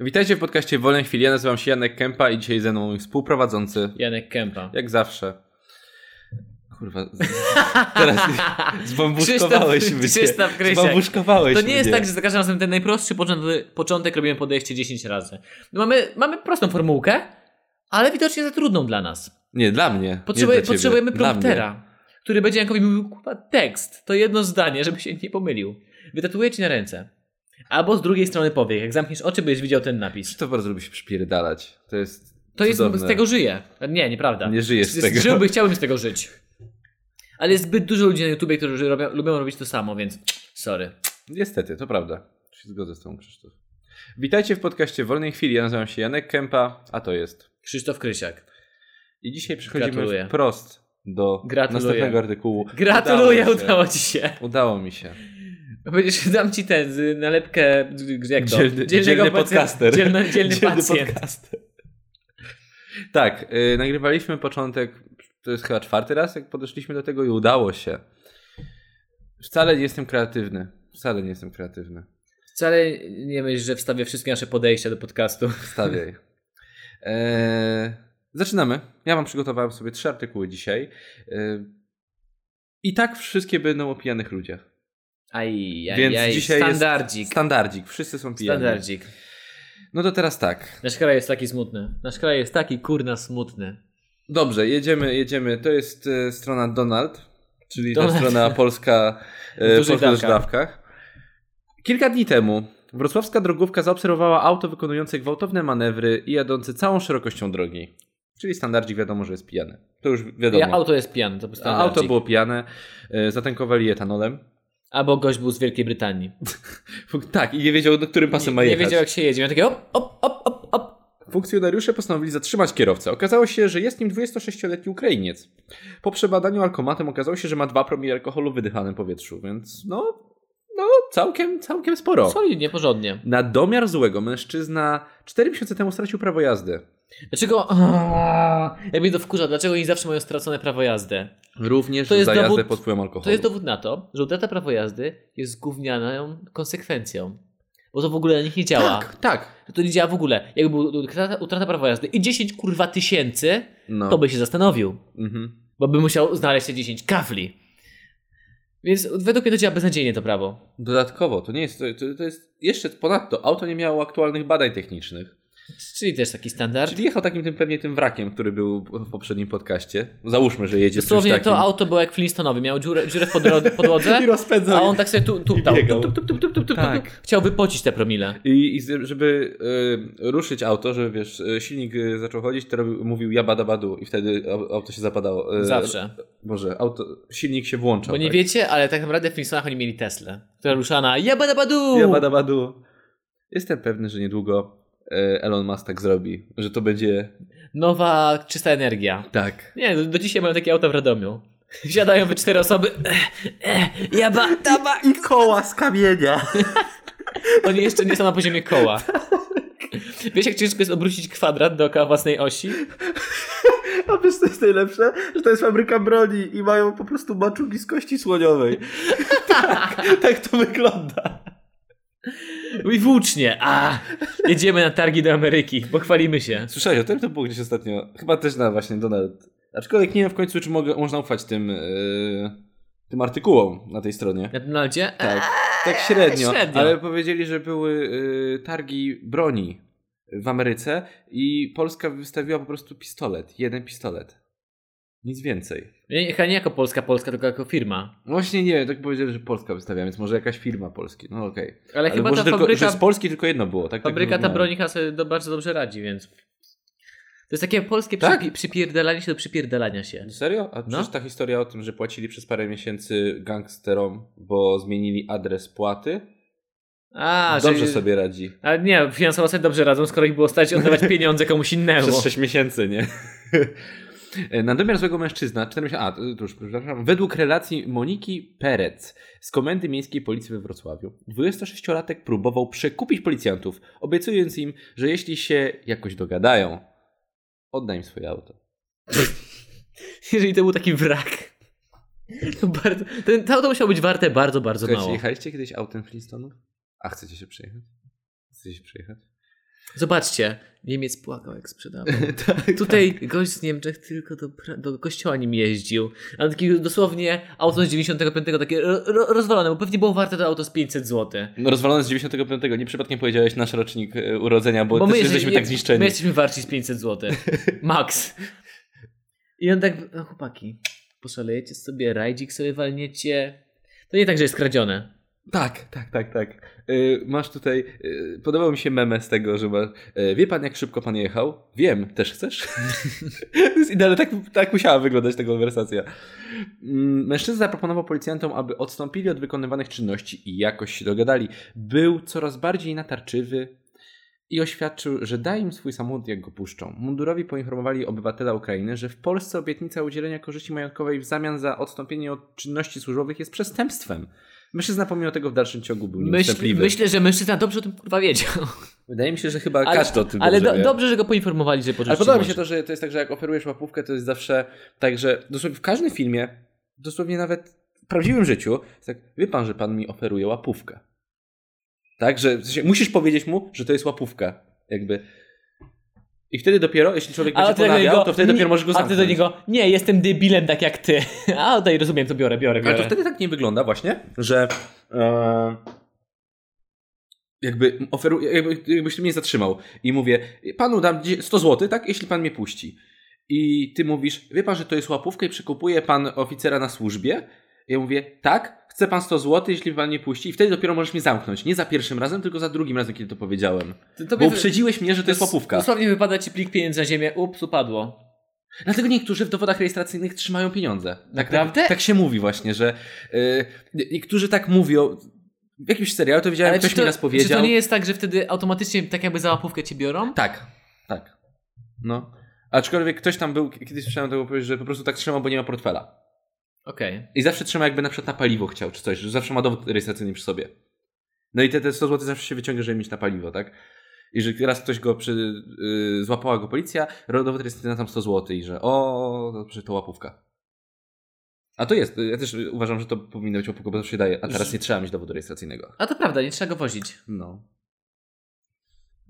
Witajcie w podcaście Wolne Chwili. Ja nazywam się Janek Kępa i dzisiaj ze mną mój współprowadzący, Janek Kępa. jak zawsze. Kurwa, z- teraz zbambuszkowałeś mnie. Krzysztof Krysiak. Zbambuszkowałeś To nie jest mnie. tak, że za każdym razem ten najprostszy początek, początek robimy podejście 10 razy. No Mamy, mamy prostą formułkę, ale widocznie za trudną dla nas. Nie, dla mnie. Potrzebuje, nie dla ciebie. potrzebujemy Dla mnie. promptera, który będzie Jankowi mówił kurwa, tekst. To jedno zdanie, żeby się nie pomylił. Wytatuję ci na ręce. Albo z drugiej strony powiek. Jak zamkniesz oczy, będziesz widział ten napis. Krzysztof bardzo lubi się przypierdalać. To jest To jest, cudowne. z tego żyję. Nie, nieprawda. Nie żyjesz z Z- tego. Żyłby, chciałbym z tego żyć. Ale jest zbyt dużo ludzi na YouTubie, którzy robią, lubią robić to samo, więc sorry. Niestety, to prawda. Się zgodzę z tą Krzysztof. Witajcie w podcaście Wolnej Chwili. Ja nazywam się Janek Kępa, a to jest. Krzysztof Krysiak. I dzisiaj przechodzimy Gratuluję. wprost do Gratuluję. następnego artykułu. Gratuluję, Udało udało, się. ci się. Udało mi się. Będziesz, dam ci ten, z- nalepkę, z- jak to? Dzielny- dzielny pacjent- podcaster. Dzielny, dzielny pacjent. podcast. Tak, y, nagrywaliśmy początek, to jest chyba czwarty raz, jak podeszliśmy do tego i udało się. Wcale nie jestem kreatywny. Wcale nie jestem kreatywny. Wcale nie myśl, że wstawię wszystkie nasze podejścia do podcastu. Wstawiaj. Eee, zaczynamy. Ja wam przygotowałem sobie trzy artykuły dzisiaj. Eee, I tak wszystkie będą o pijanych ludziach. Aj, aj, Więc aj. dzisiaj jest standardzik. Standardzik. Wszyscy są pijani. standardzik. No to teraz tak. Nasz kraj jest taki smutny. Nasz kraj jest taki kurna smutny. Dobrze, jedziemy, jedziemy. To jest e, strona Donald, czyli ta Donald. strona polska e, W polska dużych w dużych dawkach. dawkach. Kilka dni temu wrocławska drogówka zaobserwowała auto wykonujące gwałtowne manewry i jadące całą szerokością drogi. Czyli standardzik wiadomo, że jest pijany. To już wiadomo. Ja, auto jest pijane, to był A auto standardzik. było pijane, e, zatankowali etanolem. Albo gość był z Wielkiej Brytanii. Fuk- Tak, i nie wiedział, do którym pasem nie, ma jechać. Nie wiedział jak się jedzie. Miał takie op, op, op, op, op. Funkcjonariusze postanowili zatrzymać kierowcę. Okazało się, że jest nim 26-letni Ukrainiec. Po przebadaniu alkomatem okazało się, że ma 2 promile alkoholu w wydychanym powietrzu, więc no, no całkiem, całkiem sporo. Solidnie, porządnie. Na domiar złego mężczyzna 4 miesiące temu stracił prawo jazdy. Dlaczego... Aaaa, Jak mnie to wkurza, dlaczego oni zawsze mają stracone prawo jazdy? Również To jest za jazdę dowód- pod wpływem alkoholu. To jest dowód na to, że utrata prawa jazdy jest gównianą konsekwencją. Bo to w ogóle na nich nie działa. Tak, tak. To nie działa w ogóle. Jakby utrata, utrata prawa jazdy i 10 kurwa tysięcy, No. to by się zastanowił. mhm. Bo by musiał znaleźć te 10 kafli. Więc według mnie to działa beznadziejnie to prawo. Dodatkowo, to nie jest, to, to- to jest, jeszcze ponadto, auto nie miało aktualnych badań technicznych. Czyli też taki standard. Czyli jechał takim tym, pewnie tym wrakiem, który był w poprzednim podcaście. Załóżmy, że jedzie z czymś Dosłownie takim. to auto było jak Flintstonowy, miał dziurę, dziurę w podro- podłodze, I rozpędzał a je. on tak sobie tu, tuptał. I biegał. Tup, tup, tup, tup, tup, tup, tup. Tak. Chciał wypocić te promile. I, i z- żeby y, ruszyć auto, żeby wiesz, y, silnik y, zaczął chodzić, to robił, mówił ja bada badu i wtedy au- auto się zapadało. Y, Zawsze. Boże, auto, silnik się włączał. Bo nie tak. wiecie, ale tak naprawdę w Flintstoneach oni mieli Teslę, która ruszała na jabadabadu! Ja bada badu. Jestem pewny, że niedługo y, Elon Musk tak zrobi, że to będzie Nowa czysta energia. tak. Nie, no, do, do dzisiaj mają takie auta w Radomiu. Wsiadają we cztery osoby. Eh, Jabadaba! I koła z kamienia. Oni jeszcze nie są na poziomie koła. Wiesz, jak ciężko jest obrócić kwadrat dookoła własnej osi? A wiesz co jest najlepsze? Że to jest fabryka broni i mają po prostu maczugi z kości słoniowej. tak, tak to wygląda. I włócznie! A! Jedziemy na targi do Ameryki, pochwalimy się. Słyszałeś o tym? To było gdzieś ostatnio. Chyba też na właśnie Donald. Aczkolwiek nie wiem w końcu, czy mogę, można ufać tym, yy, tym artykułom na tej stronie. Na Donaldzie? Tak, tak średnio. Eee, Średnio. Ale powiedzieli, że były yy, targi broni w Ameryce i Polska wystawiła po prostu pistolet. Jeden pistolet. Nic więcej. Nie, chyba nie jako Polska Polska, tylko jako firma. Właśnie nie wiem, tak powiedzieli, że Polska wystawia, więc może jakaś firma Polski. No okej. Ale, Ale chyba może ta tylko, fabryka, że z Polski tylko jedno było. Tak, fabryka tak ta rozumiałem. broni chyba sobie do, bardzo dobrze radzi, więc... To jest takie polskie Tak? przypi- przypierdalanie się do przypierdalania się. Serio? No. A przecież ta historia o tym, że płacili przez parę miesięcy gangsterom, bo zmienili adres płaty, A, że- dobrze sobie radzi. Ale nie, finansowo sobie dobrze radzą, skoro ich było stać oddawać pieniądze komuś innemu. Przez 6 miesięcy, nie? E, Na domiar złego mężczyzna, 4 miesiące, a, to już, przepraszam, według relacji Moniki Perec z Komendy Miejskiej Policji we Wrocławiu, 26-latek próbował przekupić policjantów, obiecując im, że jeśli się jakoś dogadają, odda im swoje auto. Jeżeli to był taki wrak. To bardzo, ten, to auto musiało być warte bardzo, bardzo Słuchajcie, mało. jechaliście kiedyś autem Flintstonów? A chcecie się przejechać? Chcecie się przejechać? Zobaczcie, Niemiec płakał jak sprzedawał. tak, Tutaj gość z Niemczech tylko do, pra- do kościoła nim jeździł. A taki dosłownie auto z 95 takie ro, ro, rozwalone, bo pewnie było warte to auto z 500 zł. No, rozwalony z 95, nie przypadkiem powiedziałeś nasz rocznik e, urodzenia, bo, też jesteśmy tak zniszczeni. My jesteśmy warci z 500 zł. Max. I on tak, no chłopaki, poszalejecie sobie, rajdzik sobie walniecie. To nie tak, że jest kradzione. Tak, tak, tak, tak. E, masz tutaj, e, podobał mi się meme z tego, że masz, e, wie pan jak szybko pan jechał? Wiem, też chcesz? to jest idealne, tak, tak musiała wyglądać ta konwersacja. Mm, Mężczyzna zaproponował policjantom, aby odstąpili od wykonywanych czynności i jakoś się dogadali. Był coraz bardziej natarczywy i oświadczył, że da im swój samochód, jak go puszczą. Mundurowi poinformowali obywatela Ukrainy, że w Polsce obietnica udzielenia korzyści majątkowej w zamian za odstąpienie od czynności służbowych jest przestępstwem. Mężczyzna pomimo tego w dalszym ciągu był Myśl, nieustępliwy. myślę, że mężczyzna dobrze o tym kurwa wiedział. Wydaje mi się, że chyba Ale- każdy o tym Ale dobrze do, wie. dobrze, że go poinformowali, że pożyczyć Ale podoba mi się może. to, że to jest tak, że jak oferujesz łapówkę, to jest zawsze tak, że dosłownie w każdym filmie, dosłownie nawet w prawdziwym życiu, jest tak, wie pan, że pan mi oferuje łapówkę. Tak, że w sensie, musisz powiedzieć mu, że to jest łapówka. Jakby. I wtedy dopiero, jeśli człowiek A będzie ty do ponawiał, niego- to wtedy dopiero możesz go A zamknąć. ty do niego, nie, jestem debilem tak jak ty. A tutaj rozumiem, to biorę, biorę, Ale biorę. to wtedy tak nie wygląda właśnie, że e, jakby, oferu, jakby jakbyś ty mnie zatrzymał i mówię, panu dam dzie- 100 zł, tak, jeśli pan mnie puści. I ty mówisz, wie pan, że to jest łapówka i przekupuje pan oficera na służbie? Ja mówię, tak, chce pan 100 zł, jeśli pan mnie puści i wtedy dopiero możesz mnie zamknąć. Nie za pierwszym razem, tylko za drugim razem, kiedy to powiedziałem. To- tobie Bo wy- uprzedziłeś mnie, że to jest łapówka. Dosłownie wypada ci plik pieniędzy na ziemię, ups, upadło. Dlatego niektórzy w dowodach rejestracyjnych trzymają pieniądze. Tak, Naprawdę? Tak, tak się mówi właśnie, że y, niektórzy tak mówią. W jakimś serialu to widziałem, czy ktoś to, mi raz powiedział. Czy to nie jest tak, że wtedy automatycznie tak jakby za łapówkę cię biorą? Tak, tak. No. Aczkolwiek ktoś tam był, kiedyś słyszałem tego powiedzieć, że po prostu tak trzyma, bo nie ma portfela. Okej. I zawsze trzyma jakby na przykład na paliwo chciał, czy coś, że zawsze ma dowód rejestracyjny przy sobie. No i te, te 100 zł zawsze się wyciąga, żeby mieć na paliwo, tak? I że raz ktoś go przy, y, złapała go policja, ro- dowód rejestracyjny tam 100 zł i że o, to, przecież to łapówka. A to jest, ja też uważam, że to powinno być łapówka, bo zawsze się daje, a teraz nie trzeba mieć dowodu rejestracyjnego. A to prawda, nie trzeba go wozić. No.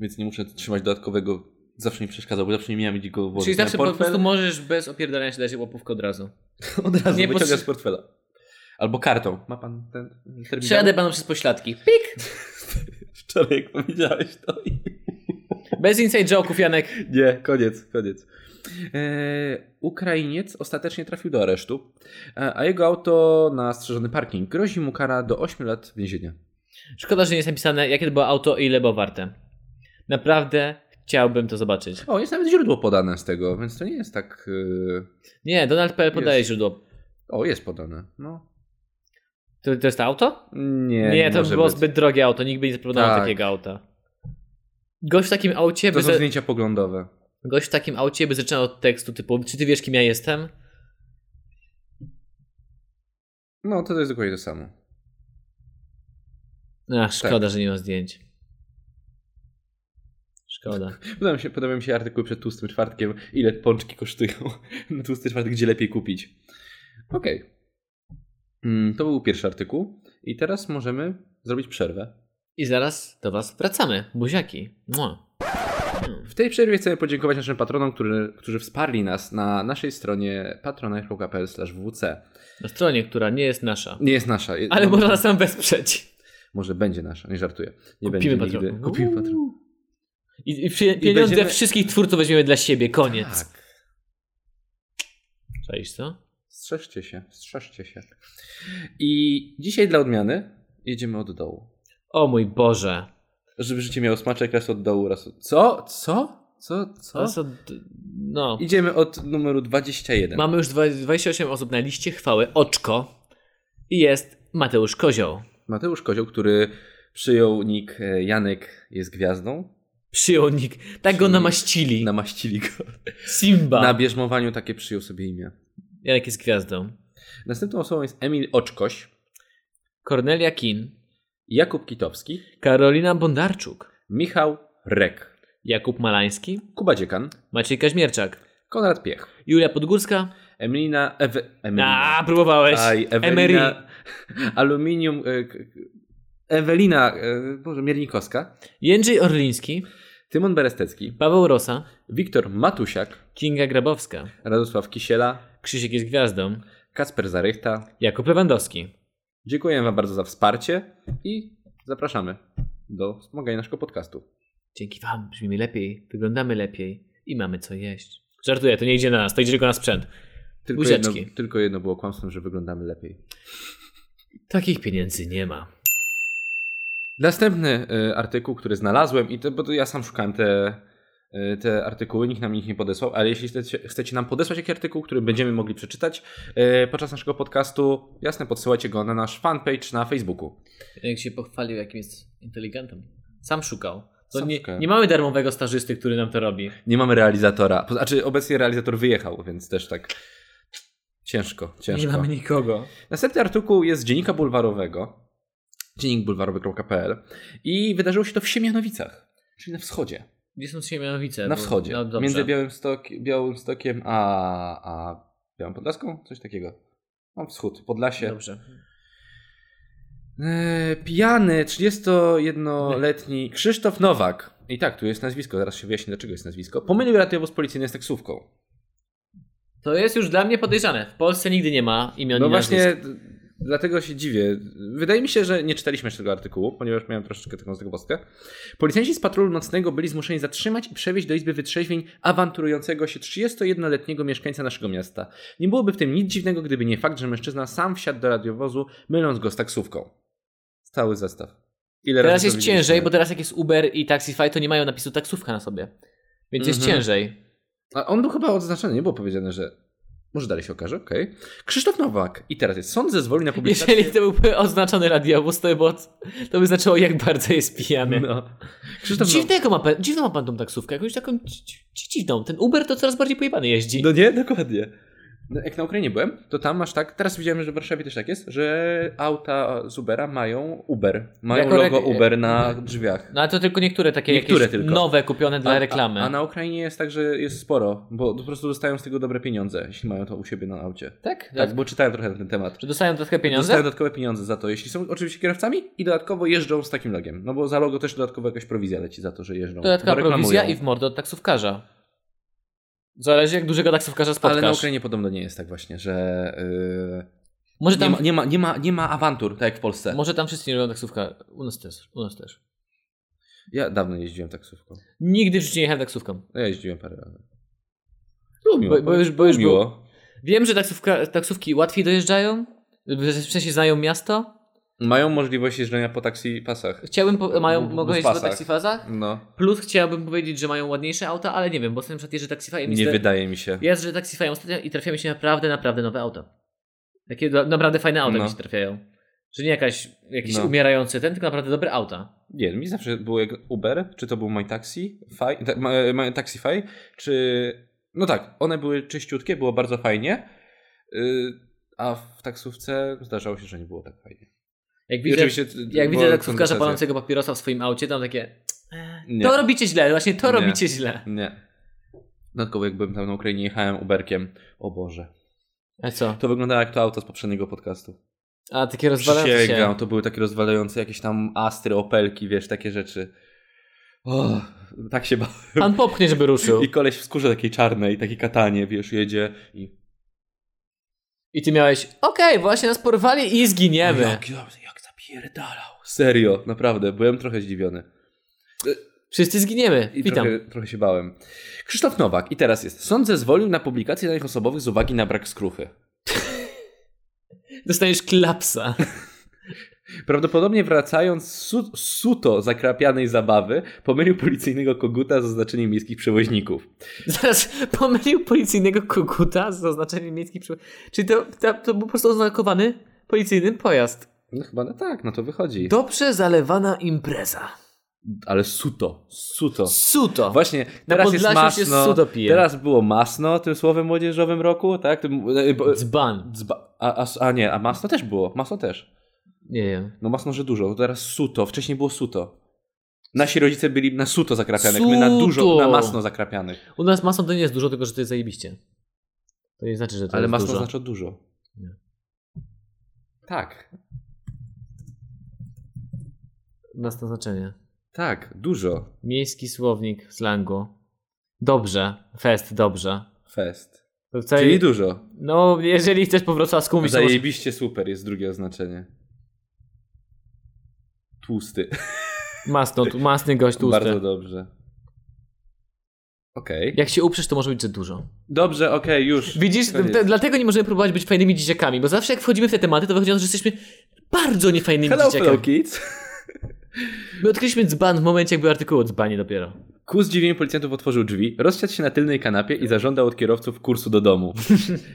Więc nie muszę trzymać dodatkowego, zawsze mi przeszkadzał, bo zawsze nie miałem gdzie go włożyć. Czyli na zawsze po prostu możesz bez opierdania się dać łapówkę od razu. od razu nie nie wyciągasz pos- z portfela. Albo kartą. Ma pan ten terminal? Przejadę panu przez pośladki. Pik! Wczoraj jak powiedziałeś to i... Bez inside joke'ów, Janek. Nie, koniec, koniec. E, Ukrainiec ostatecznie trafił do aresztu, e, a jego auto na strzeżony parking grozi mu kara do 8 lat więzienia. Szkoda, że nie jest napisane, jakie to było auto i ile było warte. Naprawdę chciałbym to zobaczyć. O, jest nawet źródło podane z tego, więc to nie jest tak... e, Nie, Donald.pl podaje Jest. źródło. O, jest podane, no. To, to jest to auto? Nie, nie, to może było być. zbyt drogie auto, nikt by nie zaproponował Tak. takiego auta. Gość w takim aucie To by, są za... zdjęcia poglądowe. Gość w takim aucie by zaczynał od tekstu typu Czy ty wiesz kim ja jestem? No, to, to jest dokładnie to samo. Tak. Ach, szkoda, że nie ma zdjęć. Szkoda. Podoba mi się, podoba mi się artykuł przed tłustym czwartkiem, ile pączki kosztują na tłusty czwartek, gdzie lepiej kupić. Okej. Mm, To był pierwszy artykuł. I teraz możemy zrobić przerwę. I zaraz do was wracamy. Buziaki. Mua. W tej przerwie chcemy podziękować naszym patronom, którzy, którzy wsparli nas na naszej stronie patronite.pl/wc. Na stronie, która nie jest nasza. Nie jest nasza. Ale no, można nas tam wesprzeć. Może będzie nasza, nie żartuję. Nie Kupimy będzie nigdy. patronów. Kupimy patron. I, i przy, pieniądze będziemy- wszystkich twórców weźmiemy dla siebie. Koniec. Tak. Cześć, co? Strzeżcie się, strzeżcie się. I dzisiaj dla odmiany jedziemy od dołu. O mój Boże. Żeby życie miało smaczek raz od dołu, raz od... Co? Co? Co? Co? To są- No. Idziemy od numeru 21. Mamy już dwa- 28 osób na liście chwały. Oczko. I jest Mateusz Kozioł. Mateusz Kozioł, który przyjął nick e, Janek jest gwiazdą. Przyjąnik. Tak go Przyjął- namaścili. Namaścili go. Simba. Na bierzmowaniu takie przyjął sobie imię. Janek jest gwiazdą. Następną osobą jest Emil Oczkoś, Kornelia Kin, Jakub Kitowski, Karolina Bondarczuk, Michał Rek, Jakub Malański, Kuba Dziekan, Maciej Kaźmierczak, Konrad Piech, Julia Podgórska. Emilina... Ewe... Emilina. A, próbowałeś. Aj, Ewelina... Aluminium... e, k- Ewelina... e, Boże, Miernikowska. Jędrzej Orliński, Tymon Berestecki, Paweł Rosa, Wiktor Matusiak, Kinga Grabowska, Radosław Kisiela, Krzysiek jest gwiazdą, Kasper Zarychta. Jakub Lewandowski. Dziękuję Wam bardzo za wsparcie i zapraszamy do wspomagania naszego podcastu. Dzięki wam brzmimy lepiej, wyglądamy lepiej i mamy co jeść. Żartuję, to nie idzie na nas, to idzie tylko na sprzęt. Tylko jedno, Buziaczki. tylko jedno było kłamstwem, że wyglądamy lepiej. Takich pieniędzy nie ma. Następny e, artykuł, który znalazłem, i to, bo to ja sam szukałem te, e, te artykuły, nikt nam ich nie podesłał, ale jeśli chcecie, chcecie nam podesłać jakiś artykuł, który będziemy mogli przeczytać e, podczas naszego podcastu, jasne, podsyłajcie go na nasz fanpage na Facebooku. Jak się pochwalił, jakim jest inteligentem. Sam szukał. To Sam nie, szukałem. nie mamy darmowego stażysty, który nam to robi. Nie mamy realizatora, Po- znaczy obecnie realizator wyjechał, więc też tak ciężko, ciężko. Nie mamy nikogo. Następny artykuł jest z Dziennika Bulwarowego, dziennikbulwarowy.pl i wydarzyło się to w Siemianowicach, czyli na wschodzie. Gdzie są Siemianowice? Na Bo- wschodzie. No, dobrze. między Białymstok, Białymstokiem a, a Białą Podlaską? Coś takiego. Mam wschód, Podlasie. Dobrze. E, Pijany 31-letni Krzysztof Nowak. I tak, tu jest nazwisko, zaraz się wyjaśni, dlaczego jest nazwisko. Pomylił radiowóz policyjny z taksówką. To jest już dla mnie podejrzane. W Polsce nigdy nie ma imion No i nazwisk. właśnie, d- dlatego się dziwię. Wydaje mi się, że nie czytaliśmy jeszcze tego artykułu, ponieważ miałem troszeczkę taką zagwozdkę. Policjanci z patrolu nocnego byli zmuszeni zatrzymać i przewieźć do izby wytrzeźwień awanturującego się 31-letniego mieszkańca naszego miasta. Nie byłoby w tym nic dziwnego, gdyby nie fakt, że mężczyzna sam wsiadł do radiowozu, myląc go z taksówką. Stały zestaw. Ile Teraz razy jest to ciężej, bo widzieliśmy? teraz jak jest Uber i Taxify, to nie mają napisu taksówka na sobie. Więc jest Mhm. ciężej. A on był chyba odznaczony, nie było powiedziane, że... Może dalej się okaże, okej. Krzysztof Nowak. I teraz jest. Sąd zezwoli na publikację... Jeżeli to byłby oznaczony radiowóz, to by, było- to by znaczyło, jak bardzo jest pijany. No. Krzysztof Nowak. Dziwnego ma pan, dziwną ma pan tą taksówkę, jakąś taką dzi- dzi- dziwną. Ten Uber to coraz bardziej pojebany jeździ. No nie, dokładnie. No, Jak na Ukrainie byłem, to tam masz tak, teraz widziałem, że w Warszawie też tak jest, że auta z Ubera mają Uber. Mają Jako logo rek- Uber na drzwiach. No ale to tylko niektóre takie Niektóre jakieś tylko. nowe kupione e, dla reklamy. A, a na Ukrainie jest tak, że jest sporo, bo po prostu dostają z tego dobre pieniądze, jeśli mają to u siebie na aucie. Tak? Tak, bo czytałem trochę na ten temat. Czy dostają dodatkowe pieniądze? Dostają dodatkowe pieniądze za to, jeśli są oczywiście kierowcami i dodatkowo jeżdżą z takim logiem. No bo za logo też dodatkowo jakaś prowizja leci za to, że jeżdżą. Dodatkowa bo No, reklamują. prowizja i w mordę od taksówkarza. Zależy jak dużego taksówkarza spotkasz. Ale na Ukrainie podobno nie jest tak właśnie, że yy, Może nie, tam, ma, nie, ma, nie, ma, nie ma awantur, tak jak w Polsce. może tam wszyscy nie robią taksówka. U nas też. U nas też. Ja dawno jeździłem taksówką. Nigdy w życiu nie jechałem taksówką. No Ja jeździłem parę razy. Bo, bo już, bo już było. miło. Wiem, że taksówka, taksówki łatwiej dojeżdżają, w sensie znają miasto. Mają możliwość jeżdżenia po taksi pasach. Chciałbym, po, mają, W- w mogą jeździć po pasach. taksifazach. No, Plus chciałbym powiedzieć, że mają ładniejsze auta, ale nie wiem, bo sobie na przykład jeżdżę taksifajem i nie zde- wydaje mi się. Ja jeżdżę taksifajem ostatnio i trafiają mi się naprawdę, naprawdę nowe auta. Takie do- naprawdę fajne auta No. mi się trafiają. Że nie jakaś, jakiś No. umierający ten, tylko naprawdę dobre auta. Nie, mi zawsze było jak Uber, czy to był My Taxi, fi, ta, ma, e, ma, Taxify, czy... No tak, one były czyściutkie, było bardzo fajnie, yy, a w taksówce zdarzało się, że nie było tak fajnie. Jak I widzę, oczywiście, jak była widzę taksówkarza konwersacja. palącego papierosa w swoim aucie, tam takie Nie. to robicie źle, właśnie to Nie. robicie źle. Nie. Dodatkowo jak byłem tam na Ukrainie, jechałem Uberkiem. O Boże. A co? To wyglądało jak to auto z poprzedniego podcastu. A takie rozwalające się. Przysięgam, to były takie rozwalające jakieś tam astry, opelki, wiesz, takie rzeczy. O, tak się bałem. Pan popchnie, żeby ruszył. I koleś w skórze takiej czarnej, taki katanie, wiesz, jedzie i... I ty miałeś, okej, właśnie nas porwali i zginiemy. Jak, jak zapierdalał. Serio, naprawdę, byłem trochę zdziwiony. Wszyscy zginiemy. I Witam. trochę, trochę się bałem. Krzysztof Nowak, i teraz jest. Sąd zezwolił na publikację danych osobowych z uwagi na brak skruchy. Dostaniesz klapsa. Prawdopodobnie wracając z su- z suto zakrapianej zabawy, pomylił policyjnego koguta z oznaczeniem miejskich przewoźników. Zaraz pomylił policyjnego koguta z oznaczeniem miejski przy... Czyli to, to, to był po prostu oznakowany policyjny pojazd. No chyba no tak, no to wychodzi. Dobrze zalewana impreza. Ale suto, suto. Suto. Właśnie, teraz jest Podlasiu się masno. sudo pije. Teraz było masno tym słowem młodzieżowym roku, tak? Tym, e, bo- Dzban. dzba- a, a, a nie, a masno też było, masno też. Nie wiem. No masno, że dużo, teraz suto, wcześniej było suto. Nasi rodzice byli na suto zakrapianych, my na dużo, Suto. na masno zakrapianych. U nas masą to nie jest dużo, tylko że to jest zajebiście. To nie znaczy, że to Ale jest masno dużo. znaczy dużo. Nie. Tak. Masno znaczenie. Tak, dużo. Miejski słownik slangu. Dobrze. Fest, dobrze. Fest. To wcale... Czyli dużo. No, jeżeli chcesz po wrocławsku mówić, to może... Zajebiście super jest drugie oznaczenie. Tłusty. masno, no, tu- masny gość Bardzo tłusty. dobrze. Okej. Jak się uprzesz, to może być za dużo. Dobrze, okej, już. Widzisz, Koniec. te, dlatego nie możemy próbować być fajnymi dzieciakami, bo zawsze jak wchodzimy w te tematy, to wychodzi na to, że jesteśmy bardzo niefajnymi Hello, dzieciakami. hello kids. My odkryliśmy dzban w momencie, jak był artykuł o dzbanie dopiero. Ku zdziwieniu policjantów otworzył drzwi, rozsiadł się na tylnej kanapie i zażądał od kierowców kursu do domu.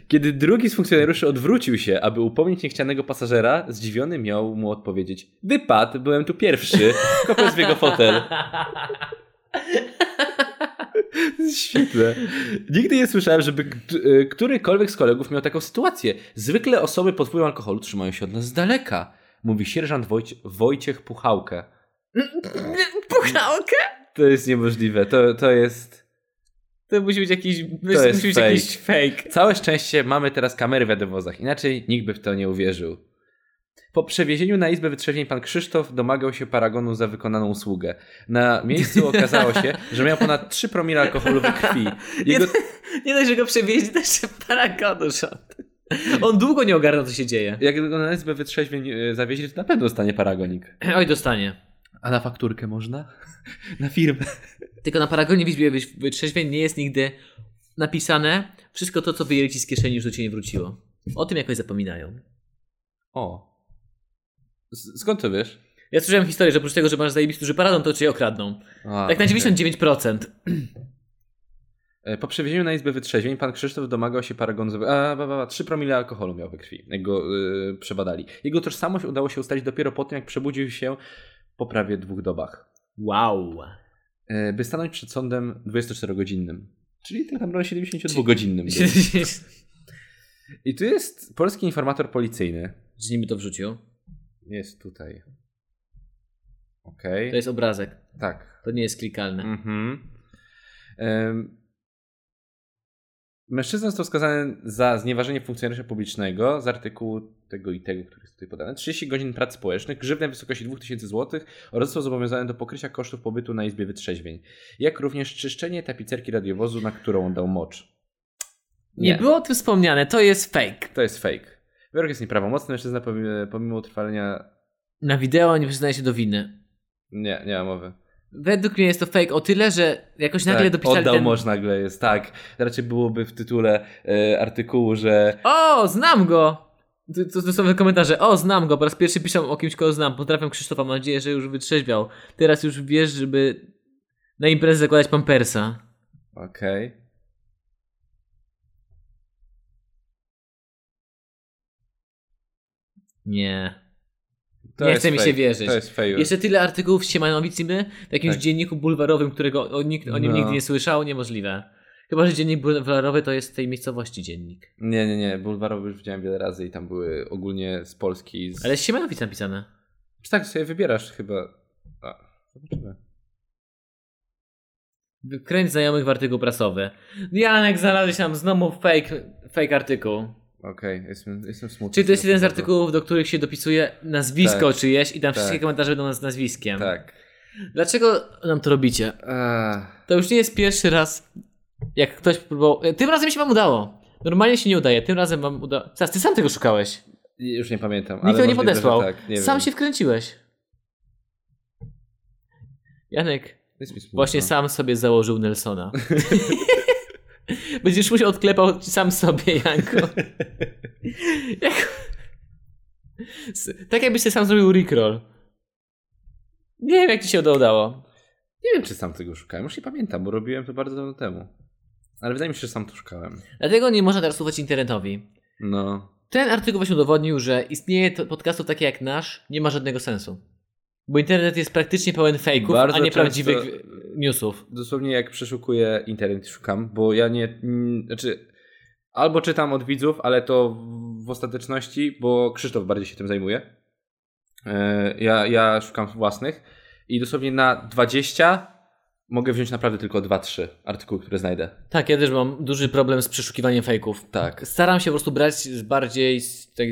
Kiedy drugi z funkcjonariuszy odwrócił się, aby upomnieć niechcianego pasażera, zdziwiony miał mu odpowiedzieć Wypad, byłem tu pierwszy, kopę w jego fotel. Świetne. Nigdy nie słyszałem, żeby k- y, którykolwiek z kolegów miał taką sytuację. Zwykle osoby pod wpływem alkoholu trzymają się od nas z daleka, mówi sierżant Wojcie- Wojciech Puchałka. Puchnałkę? To jest niemożliwe, to, to jest... To musi być jakiś, To musi jest być fake. jakiś fake. Całe szczęście mamy teraz kamery w jadowozach, inaczej nikt by w to nie uwierzył. Po przewiezieniu na izbę wytrzeźwień pan Krzysztof domagał się paragonu za wykonaną usługę. Na miejscu okazało się, że miał ponad 3 promile alkoholu we krwi. Jego... Nie dość, że go przewieźli, to jeszcze paragonu rząd. On długo nie ogarnął, co się dzieje. Jak go na izbę wytrzeźwień e, zawieźli, to na pewno dostanie paragonik. Oj, dostanie. A na fakturkę można? Na firmę. Tylko na paragonie w izbie wy- wytrzeźwień nie jest nigdy napisane wszystko to, co wyjęli ci z kieszeni, już do ciebie nie wróciło. O tym jakoś zapominają. O. S- skąd to wiesz? Ja słyszałem historię, że oprócz tego, że masz zajebisty duży paragon, to cię okradną. A, Tak na okej. 99%. E, Po przewiezieniu na izbę wytrzeźwień pan Krzysztof domagał się paragonu... za- A, ba, ba, ba, 3 promile alkoholu miał we krwi, jak go y, przebadali. Jego tożsamość udało się ustalić dopiero po tym, jak przebudził się po prawie dwóch dobach, Wow. e, by stanąć przed sądem 24-godzinnym. Czyli tak naprawdę 72-godzinnym. był. I tu jest polski informator policyjny. Że niby to wrzucił. Jest tutaj. Okej, To jest obrazek. tak. To nie jest klikalne. Mhm. Em, Mężczyzna został skazany za znieważenie funkcjonariusza publicznego z artykułu tego i tego, który jest tutaj podany. 30 godzin prac społecznych, grzywna w wysokości 2000 zł oraz został zobowiązany do pokrycia kosztów pobytu na izbie wytrzeźwień, jak również czyszczenie tapicerki radiowozu, na którą dał mocz. Nie. było o tym wspomniane, to jest fake. To jest fake. Wyrok jest nieprawomocny, mężczyzna pomimo, pomimo utrwalenia... Na wideo nie przyznaje się do winy. Nie, nie ma mowy. Według mnie jest to fake o tyle, że jakoś nagle tak, dopisali oddał ten... mocz nagle jest, tak. Raczej byłoby w tytule e, artykułu, że O, znam go! To- To, to są te komentarze. O, znam go. Po raz pierwszy piszę o kimś, kogo znam. Pozdrawiam Krzysztofa, mam nadzieję, że już wytrzeźwiał. Teraz już wiesz, żeby na imprezę zakładać pampersa. Okej. Nie. To Nie jest chce mi się fake. wierzyć. To jest fejur. Jeszcze tyle artykułów z Siemanowicymy w jakimś Tak. dzienniku bulwarowym, którego o, nikt o nim No. nigdy nie słyszał, niemożliwe. Chyba, że dziennik bulwarowy to jest w tej miejscowości dziennik. Nie, nie, nie. Bulwarowy już widziałem wiele razy i tam były ogólnie z Polski. Z... Ale z Siemanowic napisane. Czy tak sobie wybierasz chyba? A, zobaczymy. Kręć znajomych w artykuł prasowy. Janek znalazłeś tam znowu fake, fake artykuł. Okej, jestem, jestem smutny. Czyli to jest tego jeden z powodu. artykułów, do których się dopisuje nazwisko Tak. czyjeś i tam wszystkie Tak. komentarze będą z nazwiskiem. Tak. Dlaczego nam to robicie? Ech, To już nie jest pierwszy raz, jak ktoś próbował... e, Tym razem się wam udało. Normalnie się nie udaje, tym razem wam udało... Zaraz, ty sam tego szukałeś. już nie pamiętam. ale Nikt tego nie możliwe, że podesłał. Tak, nie Sam wiem. się wkręciłeś. Janek Jest mi smutno. właśnie sam sobie założył Nelsona. Będziesz musiał odklepał sam sobie, Janko. Jak... S- Tak jakbyś sobie sam zrobił Rickroll. Nie wiem, jak ci się to udało. Nie wiem, czy sam tego szukałem. Już nie pamiętam, bo robiłem to bardzo dawno temu. Ale wydaje mi się, że sam to szukałem. Dlatego nie można teraz ufać internetowi. No. Ten artykuł właśnie udowodnił, że istnienie to- podcastów takie jak nasz nie ma żadnego sensu. Bo internet jest praktycznie pełen fejków, Bardzo a nie często- prawdziwych e, newsów. dosłownie jak przeszukuję internet i szukam, bo ja nie, mm, znaczy albo czytam od widzów, ale to w- w ostateczności, bo Krzysztof bardziej się tym zajmuje. E, Ja, ja szukam własnych i dosłownie na 20 Mogę wziąć naprawdę tylko 2-3 artykuły, które znajdę. Tak, ja też mam duży problem z przeszukiwaniem fejków. Tak. Staram się po prostu brać z bardziej z tak,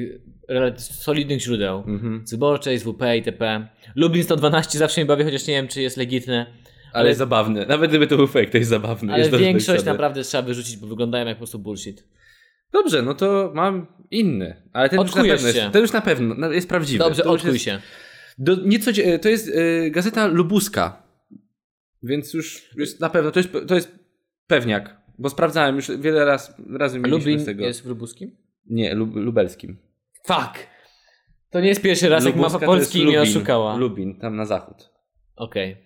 rel- z solidnych źródeł. Mhm. Z Wyborczej, z WP, itp. Lublin 112 zawsze mi bawi, chociaż nie wiem, czy jest legitne. Ale, jest zabawny. Nawet gdyby to był fake, to tak jest zabawny. Ale jest dobrze większość napisany. naprawdę trzeba wyrzucić, bo wyglądają jak po prostu bullshit. Dobrze, no to mam inny. Ale ten już na Odkujesz pewno jest, się. ten już na pewno no, jest prawdziwy. Dobrze, to już odkuj jest, się. Do, nieco, to jest y, gazeta lubuska. Więc już, już na pewno to jest, to jest pewniak. Bo sprawdzałem już wiele raz, razy mieliśmy Lublin z tego. jest w Lubuskim? Nie, lub, lubelskim. Fuck! To nie jest pierwszy raz, jak Lubuska mapa to jest Polski mnie Lubin. oszukała. Lubin, tam na zachód. Okej.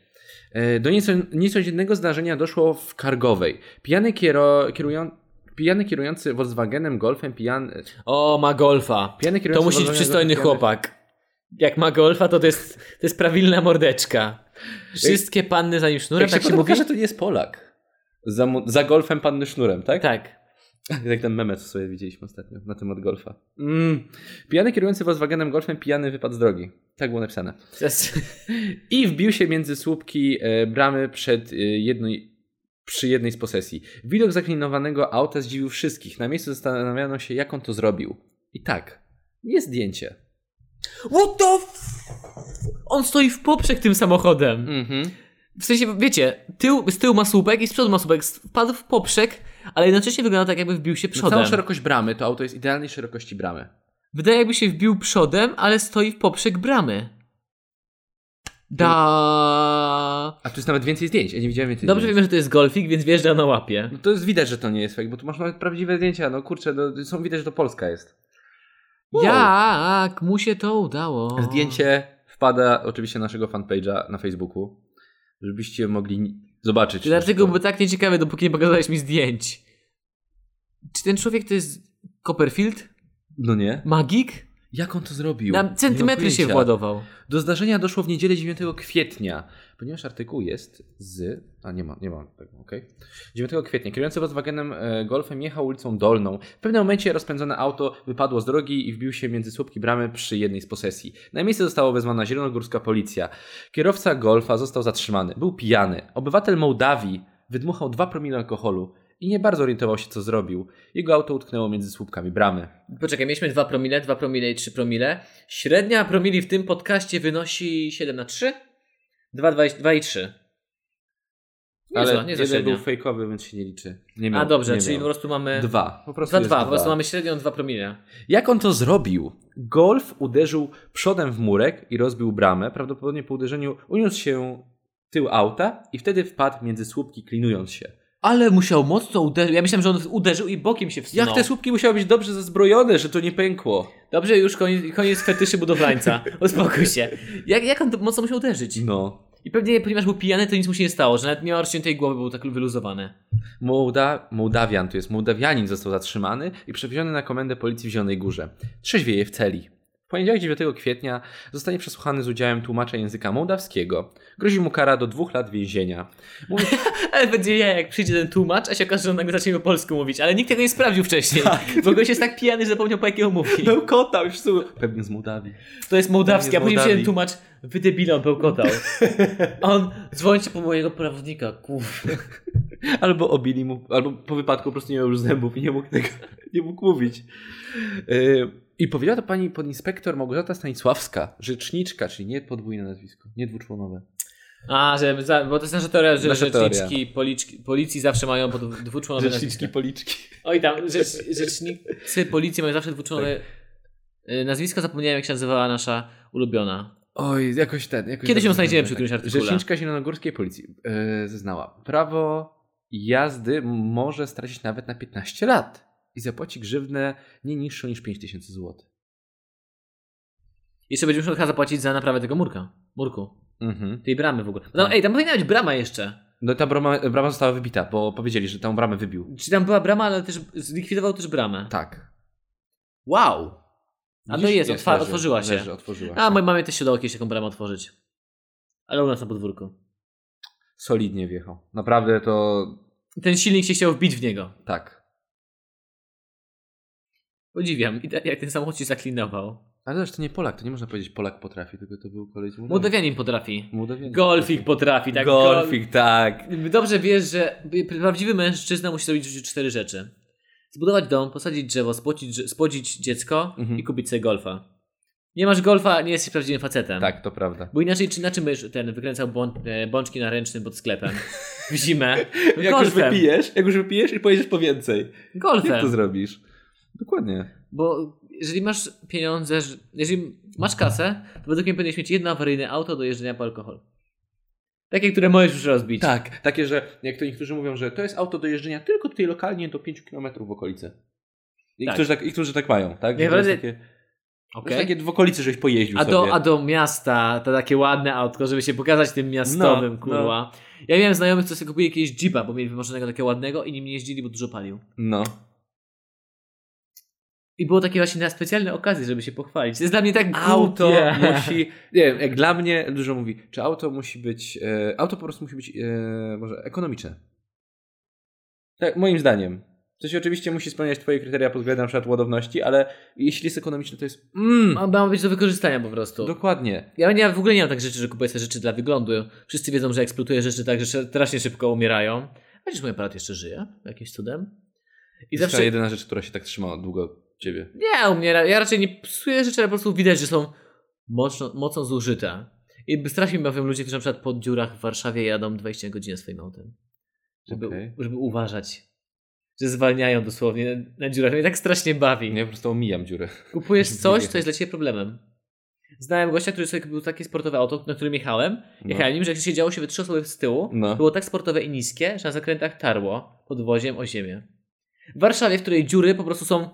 E, Do nieco, niecodziennego zdarzenia doszło w Kargowej. Pijany, kiero, kierują, pijany kierujący Volkswagenem Golfem, pijan, O, ma golfa. pijany kierujący To musi być Volkswagenem przystojny Golfem, pijany- chłopak. Jak ma golfa, to to jest, to jest prawilna mordeczka. Wszystkie panny za nim sznurem, Jak się tak się potem mówi? okaże, to nie jest Polak. Za, mu- za golfem panny sznurem, tak? Tak. Jak ten meme, co sobie widzieliśmy ostatnio na temat golfa. Mm. Pijany kierujący Volkswagenem Golfem, pijany wypadł z drogi. Tak było napisane. To jest- I wbił się między słupki e, bramy przed e, jednej, przy jednej z posesji. Widok zaklinowanego auta zdziwił wszystkich. Na miejscu zastanawiano się, jak on to zrobił. I tak, jest zdjęcie. What the f... On stoi w poprzek tym samochodem. Mhm. W sensie, wiecie, tył, z tyłu ma słupek i z przodu ma słupek. Wpadł w poprzek, ale jednocześnie wygląda tak, jakby wbił się Na No, całą przodem. szerokość bramy, to auto jest idealnej szerokości bramy. Wydaje jakby się wbił przodem, ale stoi w poprzek bramy. Da. A tu jest nawet więcej zdjęć, ja nie widziałem więcej Dobrze zdjęć. wiemy, że to jest golfik, więc wjeżdża na łapie. No to jest widać, że to nie jest fake, bo tu masz nawet prawdziwe zdjęcia. No kurczę, no, są widać, że to Polska jest. Wow. Jak mu się to udało? Zdjęcie wpada oczywiście na naszego fanpage'a na Facebooku, żebyście mogli zobaczyć. Dlatego było tak nieciekawe, dopóki nie pokazałeś mi zdjęć. Czy ten człowiek to jest Copperfield? No nie? Magik? Jak on to zrobił? Nie Na mam tak- centymetry się pojęcia. władował. Do zdarzenia doszło w niedzielę 9 kwietnia, ponieważ artykuł jest z... A nie ma, nie ma tego, okej. 9 kwietnia. Kierujący Volkswagenem e, Golfem jechał ulicą Dolną. W pewnym momencie rozpędzone auto wypadło z drogi i wbił się między słupki bramy przy jednej z posesji. Na miejsce została wezwana zielonogórska policja. Kierowca Golfa został zatrzymany. Był pijany. Obywatel Mołdawii wydmuchał 2 promile alkoholu i nie bardzo orientował się, co zrobił. Jego auto utknęło między słupkami bramy. Poczekaj, mieliśmy 2 promile, 2 promile i 3 promile. Średnia promili w tym podcaście wynosi 7 na 3? 2, 2, 2 i 3. Nie Ale zła, nie za jeden był średnia. fejkowy, więc się nie liczy. Nie miał, A dobrze, nie czyli po miał. prostu mamy... Dwa. Po prostu Za jest dwa, po prostu mamy średnią 2 promile. Jak on to zrobił? Golf uderzył przodem w murek i rozbił bramę. Prawdopodobnie po uderzeniu uniósł się tył auta i wtedy wpadł między słupki, klinując się. Ale musiał mocno uderzyć. Ja myślałem, że on uderzył i bokiem się wsunął. Jak te słupki musiały być dobrze zazbrojone, że to nie pękło? Dobrze, już koniec, koniec fetyszy budowlańca. Uspokój się. Jak, jak on to mocno musiał uderzyć? No. I pewnie, ponieważ był pijany, to nic mu się nie stało, że nawet nie miał rozciętej głowy, był tak wyluzowany. Mołda, Mołdawian, to jest Mołdawianin, został zatrzymany i przewieziony na komendę policji w Zielonej Górze. Trzeźwieje w celi. W poniedziałek 9 kwietnia zostanie przesłuchany z udziałem tłumacza języka mołdawskiego. Grozi mu kara do dwóch lat więzienia. Mówi, Ale będzie ja, jak przyjdzie ten tłumacz, a się okaże, że on nagle zacznie po polsku mówić. Ale nikt tego nie sprawdził wcześniej. Bo gość jest tak pijany, że zapomniał po jakiego mówi. No. bełkotał już Pewnie z Mołdawii. To jest mołdawski, Pewnie z a później przyjdzie Mołdawii. tłumacz, wy debile, on bełkotał. A on, dzwońcie po mojego prawnika, kurwa. Albo obili mu, albo po wypadku po prostu nie miał już zębów i nie mógł tego, nie mógł mówić. Yy, I powiedziała to pani podinspektor Małgorzata Stanisławska, rzeczniczka, czyli nie podwójne nazwisko, nie dwuczłonowe. A, że, za, bo to jest nasza teoria, że Nasza teoria. rzeczniczki policzki, policji zawsze mają pod dwuczłonowe nazwiska. policzki. Oj tam, rzecz, Tak. rzecznicy policji mają zawsze dwuczłonowe y, nazwisko. Zapomniałem, jak się nazywała nasza ulubiona. Oj, jakoś ten. Jakoś Kiedyś ją tak, znajdziemy tak, przy tak. którymś artykule. Rzeczniczka Zielonogórskiej Policji yy, zeznała. Prawo jazdy może stracić nawet na 15 lat i zapłaci grzywnę nie niższą niż 5000 zł. Jeszcze będziemy musieli chyba zapłacić za naprawę tego murka. Murku. Mhm. Tej bramy w ogóle. No, ej, tam powinna być brama jeszcze. No i ta brama, brama została wybita, bo powiedzieli, że tą bramę wybił. Czy tam była brama, ale też zlikwidował też bramę. Tak. Wow! A no Widzisz? jest, otwa- leży, otworzyła się. Leży, otworzyła A się. mojej mamie też się dało kiedyś taką bramę otworzyć. Ale u nas na podwórku. Solidnie wjechał. Naprawdę to Ten silnik się chciał wbić w niego. tak. Podziwiam, I tak jak ten samochód się zaklinował. Ale zobacz, to nie Polak, to nie można powiedzieć Polak potrafi, tylko to był koleś z Mołdawii. Młodowianin potrafi. Mołdawianin. Golfik potrafi, tak. Golfik, tak. Gol- Dobrze wiesz, że prawdziwy mężczyzna musi zrobić w życiu cztery rzeczy. Zbudować dom, posadzić drzewo, spłodzić, drze- spłodzić dziecko Mhm. i kupić sobie golfa. Nie masz golfa, nie jesteś prawdziwym facetem. Tak, to prawda. Bo inaczej, czy na czym będziesz ten wykręcał błą- e, bączki na ręcznym pod sklepem w zimę? Jak już Golfem. wypijesz, jak już wypijesz i pojedziesz po więcej. Jak to Golfem. zrobisz? Dokładnie. Bo jeżeli masz pieniądze, że- jeżeli masz kasę, to według mnie powinieneś mieć jedno awaryjne auto do jeżdżenia po alkohol. Takie, które możesz już rozbić. Tak, takie, że jak to niektórzy mówią, że to jest auto do jeżdżenia tylko tutaj lokalnie do 5 km w okolicy. I, Tak. którzy, tak, I którzy tak mają, tak? Że Nie, to jest wreszcie- takie, to Okej. jest takie w okolicy, żeś pojeździł A sobie. do, a do miasta to takie ładne autko, żeby się pokazać tym miastowym, No, kurwa. Ja miałem znajomych, co sobie kupili jakiegoś jeepa, bo mieli wymarzonego takiego ładnego i nim nie jeździli, bo dużo palił. No. I było takie właśnie na specjalne okazje, żeby się pochwalić. To jest dla mnie tak Auto głupie. musi, nie wiem, jak dla mnie dużo mówi, czy auto musi być, e, auto po prostu musi być e, może ekonomiczne. Tak, moim zdaniem. To się oczywiście musi spełniać twoje kryteria pod względem na przykład ładowności, ale jeśli jest ekonomiczne, to jest mm, Ma, ma być do wykorzystania po prostu. dokładnie. Ja nie, w ogóle nie mam tak rzeczy, że kupuję sobie rzeczy dla wyglądu. Wszyscy wiedzą, że eksploatuję rzeczy tak, że sze- strasznie szybko umierają. A gdzieś mój aparat jeszcze żyje, jakimś cudem. I I zawsze zawsze... jedyna rzecz, która się tak trzyma długo ciebie. Nie, umiera. Ja raczej nie psuję rzeczy, ale po prostu widać, że są mocno, mocno zużyte. I strasznie mi bawią ludzie, którzy na przykład po dziurach w Warszawie jadą 20 godzin swoim autem. Żeby, Okej. żeby uważać. Że zwalniają dosłownie na, na dziurach. Mnie tak strasznie bawi. Ja po prostu omijam dziurę. Kupujesz coś, co jest dla ciebie problemem. Znałem gościa, który sobie kupił takie sportowe auto, na którym jechałem. Jechałem nim, że jak się działo się we trzy osoby z tyłu, No. było tak sportowe i niskie, że na zakrętach tarło podwoziem o ziemię. W Warszawie, w której dziury po prostu są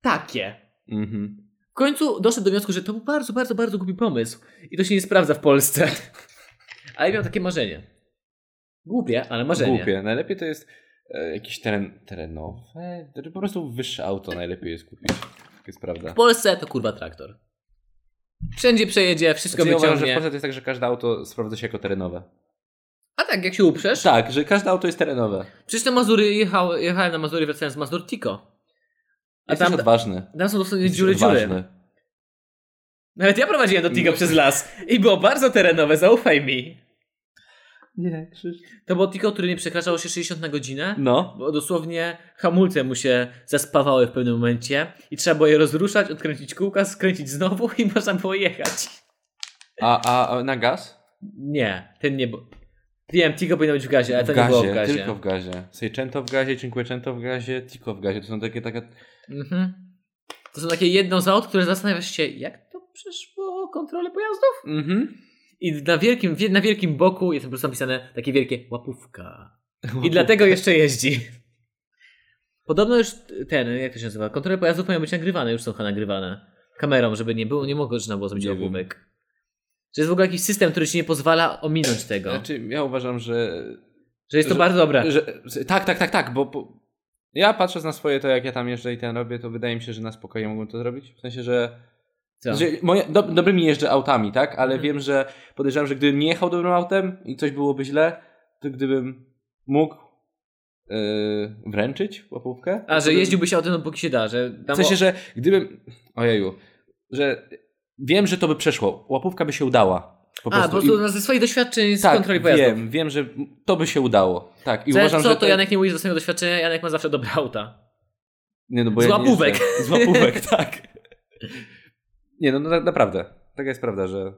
takie. Mhm. W końcu doszedł do wniosku, że to był bardzo, bardzo, bardzo głupi pomysł. I to się nie sprawdza w Polsce. Ale miał takie marzenie. Głupie, ale marzenie. Głupie. Najlepiej to jest e, jakiś teren, terenowe, znaczy po prostu wyższe auto najlepiej jest kupić. Tak jest prawda. W Polsce to kurwa traktor. Wszędzie przejedzie, wszystko Znaczy, ja uważam, że w wyciągnie. Polsce to jest tak, że każde auto sprawdza się jako terenowe. A tak, jak się uprzesz, Tak, że każde auto jest terenowe. Przecież na Mazury jechał, jechałem na Mazury wracając z Mazur Tico. A Jesteś tam, odważny. tam są dosłownie Jesteś dziury, dziury. odważny. No. Nawet ja prowadziłem do Tico przez las i było bardzo terenowe, zaufaj mi. Nie, krzyż. To było Tico, które nie przekraczało się 60 na godzinę, No. bo dosłownie hamulce mu się zaspawały w pewnym momencie i trzeba było je rozruszać, odkręcić kółka, skręcić znowu i można było jechać. A, a, a na gaz? Nie, ten nie był. Wiem, Tico powinno być w gazie, ale to w gazie, nie było w gazie. tylko w gazie. Seicento w gazie, Cinquecento w gazie, Tico w gazie. To są takie, taka... Mhm. To są takie jedno z aut, które zastanawiasz się, jak to przeszło kontrolę pojazdów? Mhm. I na wielkim, wie- na wielkim boku jest po prostu napisane takie wielkie łapówka. I dlatego jeszcze jeździ. Podobno już ten, jak to się nazywa, kontrole pojazdów mają być nagrywane, już są chyba nagrywane. Kamerą, żeby nie było, nie mogło, można było zrobić Nie wiem. łapówek. Czy jest w ogóle jakiś system, który ci nie pozwala ominąć tego? Znaczy, ja uważam, że... że jest to że- bardzo dobre. że... że- Tak, tak, tak, tak, bo... bo... Ja patrząc na swoje, to jak ja tam jeżdżę i ten robię, to wydaje mi się, że na spokojnie mogłem to zrobić. W sensie, że Co? Że moje, do, dobrymi jeżdżę autami, tak? Ale Tak. Mhm. wiem, że podejrzewam, że gdybym nie jechał dobrym autem i coś byłoby źle, to gdybym mógł yy, wręczyć łapówkę. A, to że bym- jeździłbyś autem, dopóki się da, że... W Tam sensie, że gdybym. Ojeju, że wiem, że to by przeszło. Łapówka by się udała. Po A, po prostu. prostu I, na- ze swoich doświadczeń z tak, kontroli pojazdów. wiem, wiem, że to by się udało. Tak, i Co, uważam, co że. to Janek nie mówi z własnego doświadczenia, Janek ma zawsze dobre auta. Nie, no, bo Z ja nie łapówek. jeżdżę. Z łapówek, tak. Nie, no, no tak naprawdę. Taka jest prawda, że.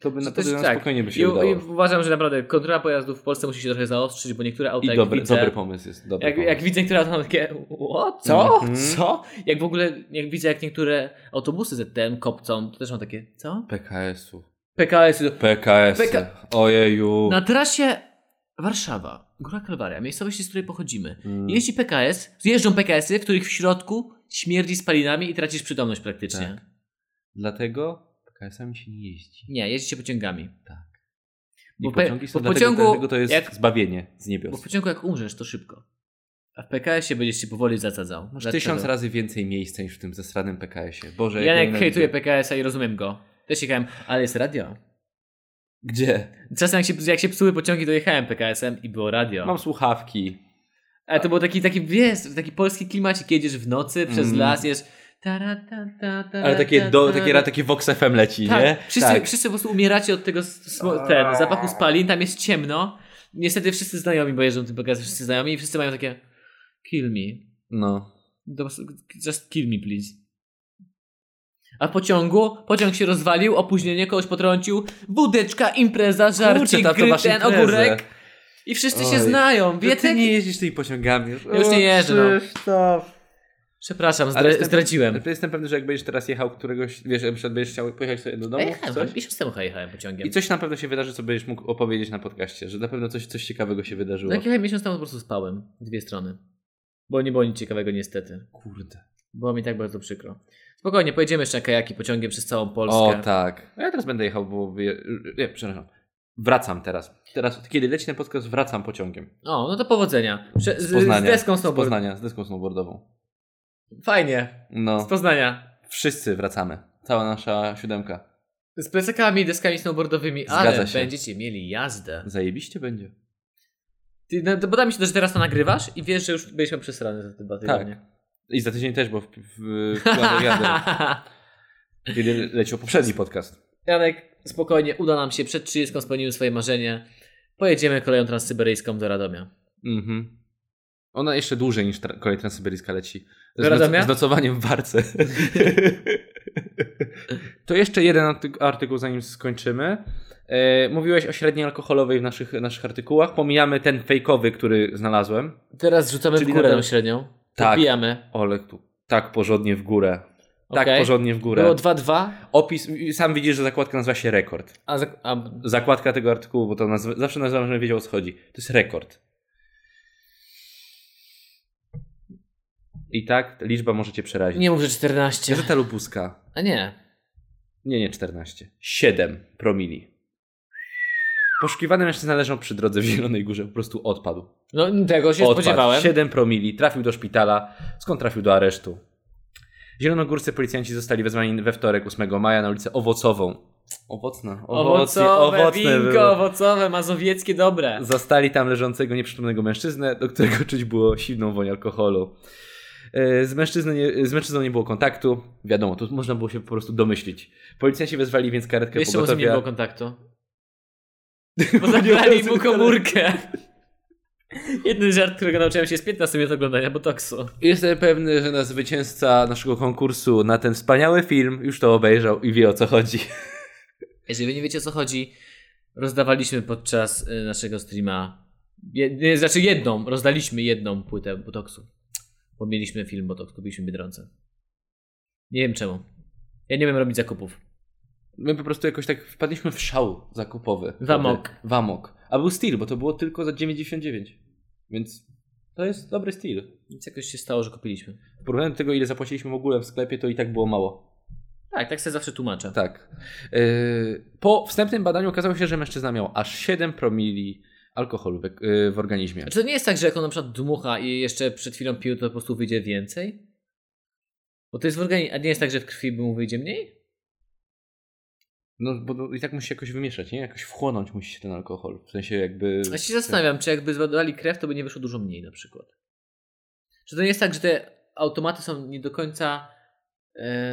To by Że na to jest- pewno tak. spokojnie by się I, udało. I uważam, że naprawdę kontrola pojazdów w Polsce musi się trochę zaostrzyć, bo niektóre auta I jak dobry, widzę, dobry pomysł jest. Dobry jak, pomysł. jak widzę niektóre auta mam takie o, co? Mhm. Co? Jak w ogóle, jak widzę jak niektóre autobusy ZTM kopcą, to też mam takie, co? PKS-u. PKS. PKS. PK- Ojeju. Na trasie Warszawa, Góra Kalwaria, miejscowości, z której pochodzimy, Mm. jeździ PKS, jeżdżą PKS-y, w których w środku śmierdzi spalinami i tracisz przytomność praktycznie. Tak. Dlatego PKS-ami się nie jeździ. Nie, jeździ się pociągami. I Bo pe- pociągi są bo dlatego, pociągu- dlatego to jest jak- zbawienie z Bo w niebios. pociągu jak umrzesz, to szybko. A w PKS-ie będziesz się powoli zacadzał. Masz Zacadzał. tysiąc razy więcej miejsca niż w tym zasranym PKS-ie. Boże, Janek nienawidzę. hejtuje PKS-a i rozumiem go. Też jechałem, ale jest radio. Gdzie? Czasem jak się, jak się psuły pociągi, to jechałem PKS-em i było radio. Mam słuchawki. Ale to był taki, taki, wiesz, taki polski klimacik. Jedziesz w nocy przez Mm. las, jest Tara, ta, ta, ta, Ale takie, ta, do, ta, takie, ra- takie Vox FM leci, tak, nie? Wszyscy, wszyscy po prostu umieracie od tego smo- ten, zapachu spalin, tam jest ciemno. Niestety wszyscy znajomi, bo jeżdżą tym pokazem, wszyscy znajomi i wszyscy mają takie kill me. No. Do- Just kill me, please. A w pociągu? Pociąg się rozwalił, opóźnienie, kogoś potrącił, budeczka, impreza, żarcik, tato, gry, masz ten imprezę. ogórek. I wszyscy się Oj, znają, Wie, No ty Wietek... nie jeździsz tymi pociągami. Już, Ja już nie jeżdżę, no. Przepraszam, Ale zdra- jestem- zdradziłem. Jestem pewny, że jak będziesz teraz jechał któregoś, wiesz, na przykład będziesz chciał pojechać sobie do No, domu, jechałem, no coś, coś? miesiąc temu chyba jechałem pociągiem. i coś na pewno się wydarzy, co będziesz mógł opowiedzieć na podcaście, że na pewno coś, coś ciekawego się wydarzyło. No jak jechałem miesiąc temu, po prostu spałem. w Dwie strony. Bo nie było nic ciekawego niestety. Kurde. Było mi tak bardzo przykro. Spokojnie, pojedziemy jeszcze na kajaki pociągiem przez całą Polskę. O tak. A ja teraz będę jechał, bo... Wyje... Nie, przepraszam. Wracam teraz. Teraz, kiedy leci ten podcast, wracam pociągiem. O, no to powodzenia. Prze- z, Z z Poznania. deską z snowboard. Poznania, z deską snowboardową. Fajnie. Z No, Poznania. wszyscy wracamy. Cała nasza siódemka. Z plecakami, deskami snowboardowymi, Zgadza ale się. będziecie mieli jazdę. Zajebiście będzie. Ty, no, bo da mi się to, że teraz to nagrywasz i wiesz, że już byliśmy przesrane za te dwa tygodnie. I za tydzień też, bo w, w, w planach Tak. jadę, kiedy leciał poprzedni podcast. Janek, spokojnie, uda nam się. Przed 30 spełnimy swoje marzenie. Pojedziemy koleją transsyberyjską do Radomia. Mhm. Ona jeszcze dłużej niż tra- kolej transsyberyjska leci. Do Radomia? noc- z nocowaniem w barce. to jeszcze jeden artyk- artykuł, zanim skończymy. E, mówiłeś o średniej alkoholowej w naszych, naszych artykułach. Pomijamy ten fejkowy, który znalazłem. Teraz rzucamy Czyli w górę nadal- tą średnią. Tak. Wbijamy. Ole, tu tak porządnie w górę. Tak Okej. porządnie w górę. Było 2-2, Opis, sam widzisz, że zakładka nazywa się rekord. a, za- a Zakładka tego artykułu, bo to nazw- zawsze nazywam, że wiedział o co chodzi. To jest rekord. I tak liczba może cię przerazić. nie mów, że 14. Gazeta Lubuska. A nie. Nie, nie 14. 7 promili. Poszukiwany mężczyzna leżał przy drodze w Zielonej Górze, po prostu odpadł. No tego się Odpadł. spodziewałem. 7 promili, trafił do szpitala, skąd trafił do aresztu. Zielonogórscy policjanci zostali wezwani we wtorek 8 maja na ulicę Owocową. Owocna. Owocy, Owocowe, owocne winko, było. owocowe, mazowieckie, dobre. Zastali tam leżącego nieprzytomnego mężczyznę, do którego czuć było silną woń alkoholu. E, Z, mężczyzny nie, z mężczyzną nie było kontaktu. Wiadomo, tu można było się po prostu domyślić. Policjanci wezwali więc karetkę Jeszcze może nie pogotowia. było kontaktu. Bo zabrali mu komórkę. Jeden żart, którego nauczyłem się z 15 minut oglądania botoksu. Jestem pewny, że nasz zwycięzca naszego konkursu na ten wspaniały film już to obejrzał i wie o co chodzi. Jeżeli wy nie wiecie o co chodzi, rozdawaliśmy podczas y, naszego streama. Je, nie, znaczy jedną, rozdaliśmy jedną płytę botoksu. Bo mieliśmy film botoks, kupiliśmy w biedronce. Nie wiem czemu. Ja nie wiem robić zakupów. My po prostu jakoś tak wpadliśmy w szał zakupowy. Wamok. Wtedy. Wamok. A był steal, bo to było tylko za 99. Więc to jest dobry steal. Więc jakoś się stało, że kupiliśmy. W porównaniu do tego, ile zapłaciliśmy w ogóle w sklepie, to i tak było mało. Tak, tak sobie zawsze tłumaczę. Tak. Yy, Po wstępnym badaniu okazało się, że mężczyzna miał aż 7 promili alkoholu w, yy, w organizmie. Czy to nie jest tak, że jak on na przykład dmucha i jeszcze przed chwilą pił, to po prostu wyjdzie więcej? Bo to jest w organizmie. A nie jest tak, że w krwi mu wyjdzie mniej? No bo to i tak musi się jakoś wymieszać, nie? Jakoś wchłonąć musi się ten alkohol. W sensie jakby... Ja się zastanawiam, czy jakby zbadali krew, to by nie wyszło dużo mniej na przykład. Czy to nie jest tak, że te automaty są nie do końca. E,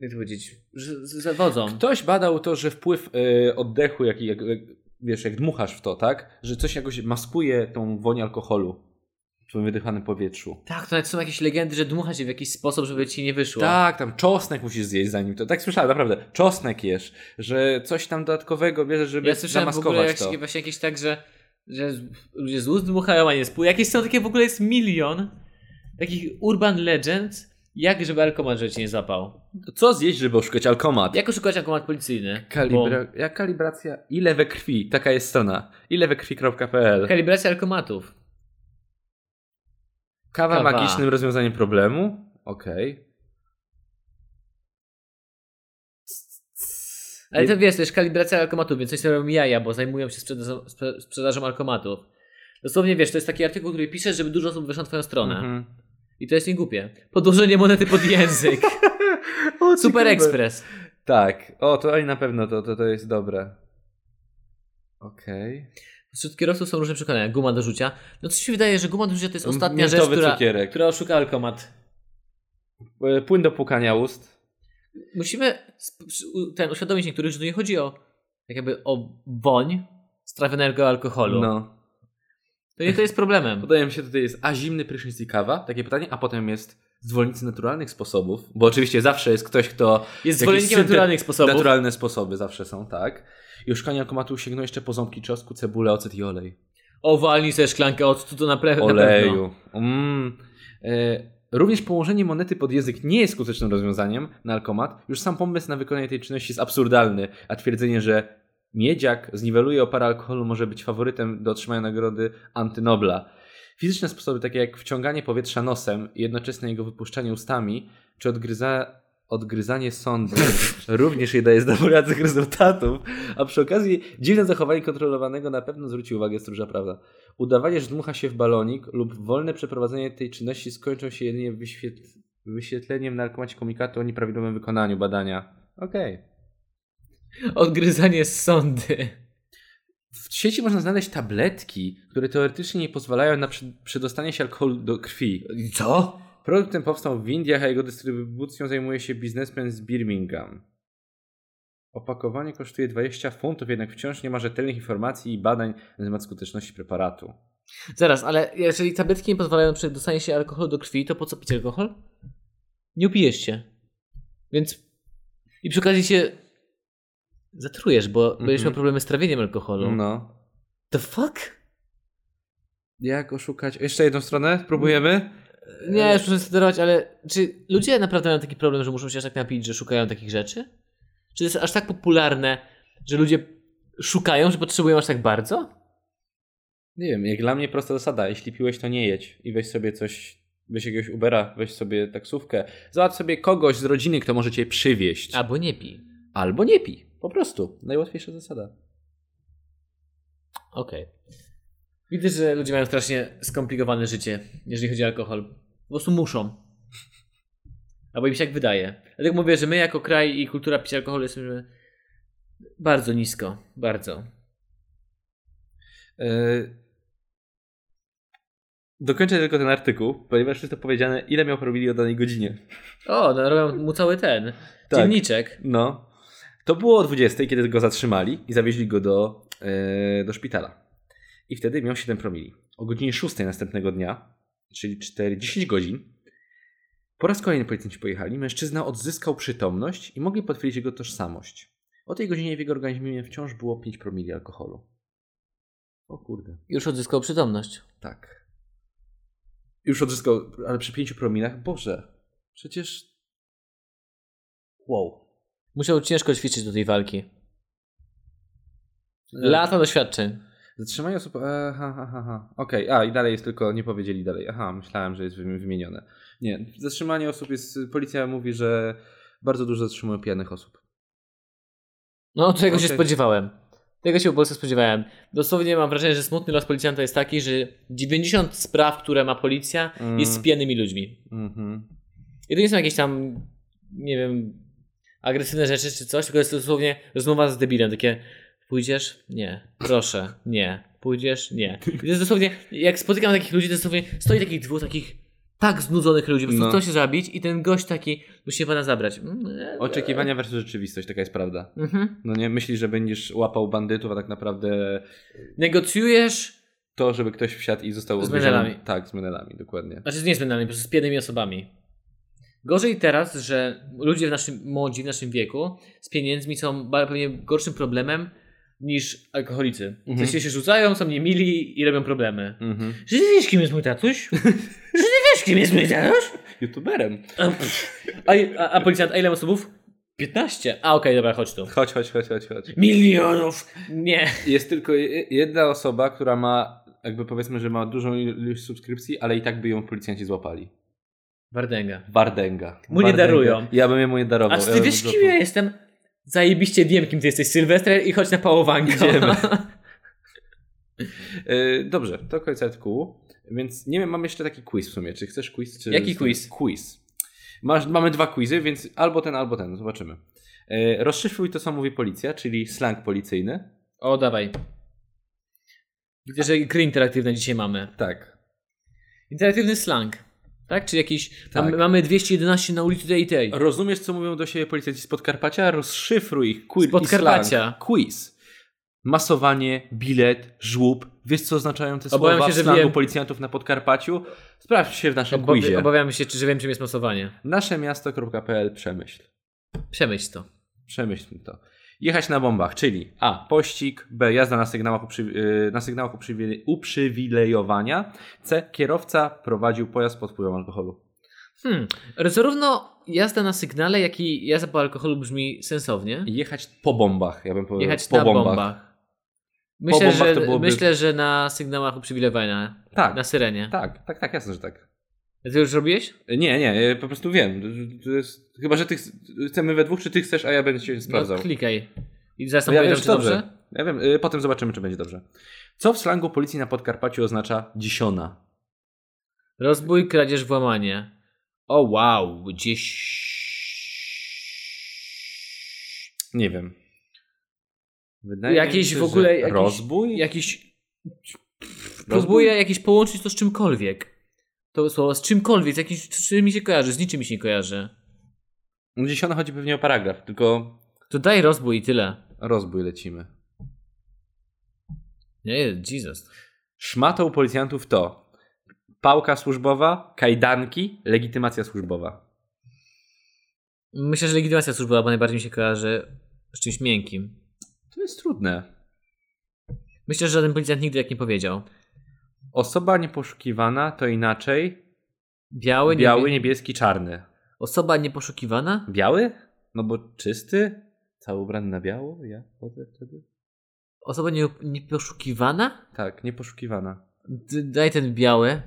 jak to powiedzieć? Że z- zawodzą. Ktoś badał to, że wpływ yy, oddechu, jak, jak, jak, wiesz, jak dmuchasz w to, tak? Że coś jakoś maskuje tą woń alkoholu w twoim wydychanym powietrzu. Tak, to nawet są jakieś legendy, że dmucha się w jakiś sposób, żeby ci nie wyszło. Tak, tam czosnek musisz zjeść zanim to. Tak słyszałem, naprawdę. Czosnek jesz, że coś tam dodatkowego bierzesz, żeby Ja słyszałem w ogóle zamaskować to. jakieś, właśnie jakieś tak, że, że z- ludzie z ust dmuchają, a nie z pół. Jakieś są takie, w ogóle jest milion takich urban legends, jak żeby alkomat że cię nie zapał. Co zjeść, żeby oszukać alkomat? Jak oszukać alkomat policyjny? Kalibra... Ja kalibracja ile we krwi, taka jest strona. Ile we Bo- krwi.pl. Kalibracja alkomatów. Kawa, kawa. magicznym rozwiązaniem problemu. Okej. Ale to wiesz, to jest kalibracja alkomatów, więc coś co robią jaja, bo zajmują się sprzedażą, sprze- sprzedażą alkomatów. Dosłownie wiesz, to jest taki artykuł, który piszesz, żeby dużo osób weszło na twoją stronę. Mhm. I to jest niegłupie. Podłożenie monety pod język. Super Express. Tak. O, to oni na pewno to, to, to jest dobre. Okej. Wśród kierowców są różne przekonania. Guma do rzucia. No co się wydaje, że guma do rzucia to jest ostatnia rzecz, Miętowy która, cukierek. która oszuka alkomat. e, płyn do płukania ust. Musimy sp- s- u- ten, uświadomić niektórych, że tu nie chodzi o tak jakby o woń strawionego alkoholu. No. To, nie- to jest problemem. Podaje mi się tutaj jest, a zimny prysznic i kawa? Takie pytanie, a potem jest zwolennicy naturalnych sposobów, bo oczywiście zawsze jest ktoś, kto Jest Jakiś zwolennikiem syntet- naturalnych sposobów. naturalne sposoby zawsze są, tak? I szukanie alkomatu sięgną jeszcze po ząbki czosnku, cebulę, ocet i olej. O, walnij sobie szklankę octu, to na, pre- na pewno. Oleju. Mm. E, również położenie monety pod język nie jest skutecznym rozwiązaniem na alkomat. Już sam pomysł na wykonanie tej czynności jest absurdalny, a twierdzenie, że miedziak zniweluje oparę alkoholu może być faworytem do otrzymania nagrody antynobla. Fizyczne sposoby takie jak wciąganie powietrza nosem i jednoczesne jego wypuszczanie ustami, czy odgryza, odgryzanie sądu również nie daje zadowalających rezultatów, a przy okazji dziwne zachowanie kontrolowanego na pewno zwróci uwagę stróża prawda. Udawanie, że dmucha się w balonik lub wolne przeprowadzenie tej czynności skończą się jedynie wyświet- wyświetleniem na alkomacie komunikatu o nieprawidłowym wykonaniu badania. Okej. Odgryzanie sądy. W sieci można znaleźć tabletki, które teoretycznie nie pozwalają na przy- przedostanie się alkoholu do krwi. Co? Produkt ten powstał w Indiach, a jego dystrybucją zajmuje się biznesmen z Birmingham. Opakowanie kosztuje 20 funtów, jednak wciąż nie ma rzetelnych informacji i badań na temat skuteczności preparatu. Zaraz, ale jeżeli tabletki nie pozwalają na przedostanie się alkoholu do krwi, to po co pić alkohol? Nie upijesz się. Więc. I przy okazji się. zatrujesz, bo będziesz miał problemy z trawieniem alkoholu. No. The fuck? Jak oszukać? Jeszcze jedną stronę? Próbujemy? Nie, już muszę sterować, ale czy ludzie naprawdę mają taki problem, że muszą się aż tak napić, że szukają takich rzeczy? Czy to jest aż tak popularne, że ludzie szukają, że potrzebują aż tak bardzo? Nie wiem, jak dla mnie prosta zasada. Jeśli piłeś, to nie jedź i weź sobie coś, weź jakiegoś Ubera, weź sobie taksówkę. Załatw sobie kogoś z rodziny, kto może cię przywieźć. Albo nie pij. Albo nie pij. Po prostu. Najłatwiejsza zasada. Okej. Widzę, że ludzie mają strasznie skomplikowane życie, jeżeli chodzi o alkohol. Po prostu muszą. Albo im się tak wydaje. Dlatego mówię, że my jako kraj i kultura picia alkoholu jesteśmy bardzo nisko. Bardzo. Yy... Dokończę tylko ten artykuł, ponieważ jest to powiedziane, ile miał robili o danej godzinie. O, no robią mu cały ten Tak. dzienniczek. No. To było o 20, kiedy go zatrzymali i zawieźli go do, e, do szpitala. I wtedy miał 7 promili. O godzinie 6 następnego dnia, czyli 4, 10 godzin, po raz kolejny policjanci pojechali. Mężczyzna odzyskał przytomność i mogli potwierdzić jego tożsamość. O tej godzinie w jego organizmie wciąż było 5 promili alkoholu. O kurde. Już odzyskał przytomność. Tak. Już odzyskał, ale przy 5 promilach? Boże. Przecież... Wow. Musiał ciężko ćwiczyć do tej walki. Lata doświadczeń. Zatrzymanie osób. e, Aha, aha, aha. Okej, a i dalej jest tylko, nie powiedzieli dalej. Aha, myślałem, że jest wym- wymienione. Nie, zatrzymanie osób jest. Policja mówi, że bardzo dużo zatrzymują pijanych osób. No, tego się Okej. spodziewałem. Tego się w Polsce spodziewałem. Dosłownie mam wrażenie, że smutny los policjanta jest taki, że 90 spraw, które ma policja, Mm. jest z pijanymi ludźmi. Mhm. I to nie są jakieś tam, nie wiem, agresywne rzeczy czy coś, tylko jest to dosłownie rozmowa z debilem, takie pójdziesz? Nie. Proszę. Nie. Pójdziesz? Nie. I to jest dosłownie, jak spotykam takich ludzi, to dosłownie stoi takich dwóch takich tak znudzonych ludzi, po prostu No. chcą się zabić i ten gość taki musi pana zabrać. Mm, Oczekiwania versus rzeczywistość, taka jest prawda. Mhm. No nie myślisz, że będziesz łapał bandytów, a tak naprawdę Negocjujesz to, żeby ktoś wsiadł i został Z odwieziony- menelami. Tak, z menelami, dokładnie. Znaczy nie z mentalnymi, po prostu z biednymi osobami. Gorzej teraz, że ludzie w naszym młodzi, w naszym wieku z pieniędzmi są ba- pewnie gorszym problemem niż alkoholicy. W sensie się rzucają, są niemili i robią problemy. Mhm. Czy ty wiesz, kim jest mój tatuś? Czy ty wiesz, kim jest mój tatuś? YouTuberem. A, a- a, a policjant, a ile osobów? 15. A okej, dobra, chodź tu. Chodź, chodź, chodź, chodź, chodź. Milionów! Nie. Jest tylko je- jedna osoba, która ma, jakby powiedzmy, że ma dużą ilość subskrypcji, ale i tak by ją policjanci złapali. Wardęga. Bardęga. Mu nie Bardęga. darują. Ja bym jemu nie darował. A czy Ja ty bym wiesz, go- kim ja jestem? Zajebiście wiem, kim ty jesteś, Sylwester i chodź na pałowanie. Idziemy. Y, Dobrze, to koniec artykułu. Więc nie wiem, mam jeszcze taki quiz w sumie. Czy chcesz quiz? Czy Jaki quiz? Quiz. Masz, mamy dwa quizy, więc albo ten, albo ten. Zobaczymy. Y, Rozszyfruj to, co mówi policja, czyli slang policyjny. O, dawaj. Widzę, że gry interaktywne dzisiaj mamy. Tak. Interaktywny slang. Tak? Czy jakiś. tam Tak. Mamy 211 na ulicy tej i tej. Rozumiesz, co mówią do siebie policjanci z Podkarpacia? Rozszyfruj ich. Quiz. Z Podkarpacia. Quiz. Masowanie, bilet, żłób. Wiesz, co oznaczają te Obawiam słowa się, w że slangu wiem. policjantów na Podkarpaciu? Sprawdź się w naszym Obawi- quizie. Obawiamy się, czy że wiem, czym jest masowanie. Naszemiasto.pl Przemyśl. Przemyśl to. Przemyślmy to. Jechać na bombach, czyli A. Pościg, B. Jazda na sygnałach, uprzy, yy, na sygnałach uprzywile- uprzywilejowania, C. Kierowca prowadził pojazd pod wpływem alkoholu. Hmm. Zarówno jazda na sygnale, jak i jazda po alkoholu brzmi sensownie. Jechać po bombach, ja bym powiedział. Jechać po na bombach. Myślę, bombach że, to byłoby- myślę, że na sygnałach uprzywilejowania. Tak, Na syrenie. tak, tak, tak, jasne, że tak. A Ty już robiłeś? Nie, nie, ja po prostu wiem. Y, To jest, chyba, że ty ch- y, chcemy we dwóch, czy ty chcesz, a ja będę się sprawdzał. No, klikaj. I No zaraz tam ja powiedział, wiem, czy czy dobrze. dobrze. Ja wiem, y, potem zobaczymy, czy będzie dobrze. Co w slangu policji na Podkarpaciu oznacza dzisiona? Rozbój, kradzież, włamanie. O wow, gdzieś... Nie wiem. Wydaje Jakieś mi się, w ogóle że jakieś- Rozbój? Jakiś... Rozbój? Próbuję jakieś połączyć to z czymkolwiek. To słowo z czymkolwiek, z jakimś, z czym mi się kojarzy, z niczym mi się nie kojarzy. No Dzisiona chodzi pewnie o paragraf, tylko To daj rozbój i tyle. rozbój lecimy. Nie, Jesus. Szmatą policjantów to pałka służbowa, kajdanki, legitymacja służbowa. Myślę, że legitymacja służbowa, bo najbardziej mi się kojarzy z czymś miękkim. To jest trudne. Myślę, że żaden policjant nigdy tak nie powiedział. Osoba nieposzukiwana to inaczej. Biały, Biały, niebie- niebieski, czarny. Osoba nieposzukiwana? Biały? No bo czysty? Cały ubrany na biało? Ja chodzę wtedy? Osoba nie, nieposzukiwana? Tak, nieposzukiwana. D- daj ten biały.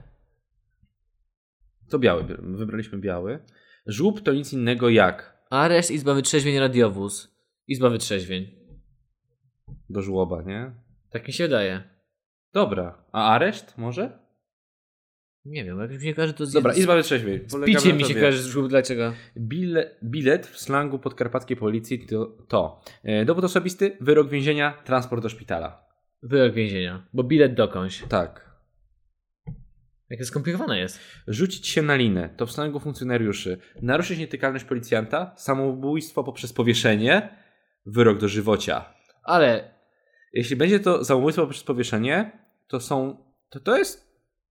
To biały, biorę. wybraliśmy biały. Żłób to nic innego jak Areszt, Izba Wytrzeźwień, Radiowóz. Izba Wytrzeźwień. do żłoba, nie? Tak mi się wydaje. Dobra, a areszt może? Nie wiem, jak mi się kojarzy to z... Dobra, z- izba wytrzeźwień. z Polegamy Picie na mi się tobie. kojarzy z żółw, dlaczego? Bile, bilet w slangu podkarpackiej policji to, to e, dowód osobisty, wyrok więzienia, transport do szpitala. Wyrok więzienia. Bo bilet dokądś. Tak. Jakie skomplikowane jest. Rzucić się na linę to w slangu funkcjonariuszy. Naruszyć nietykalność policjanta, samobójstwo poprzez powieszenie, wyrok do żywocia. Ale Jeśli będzie to samobójstwo poprzez powieszenie, to są. To, to jest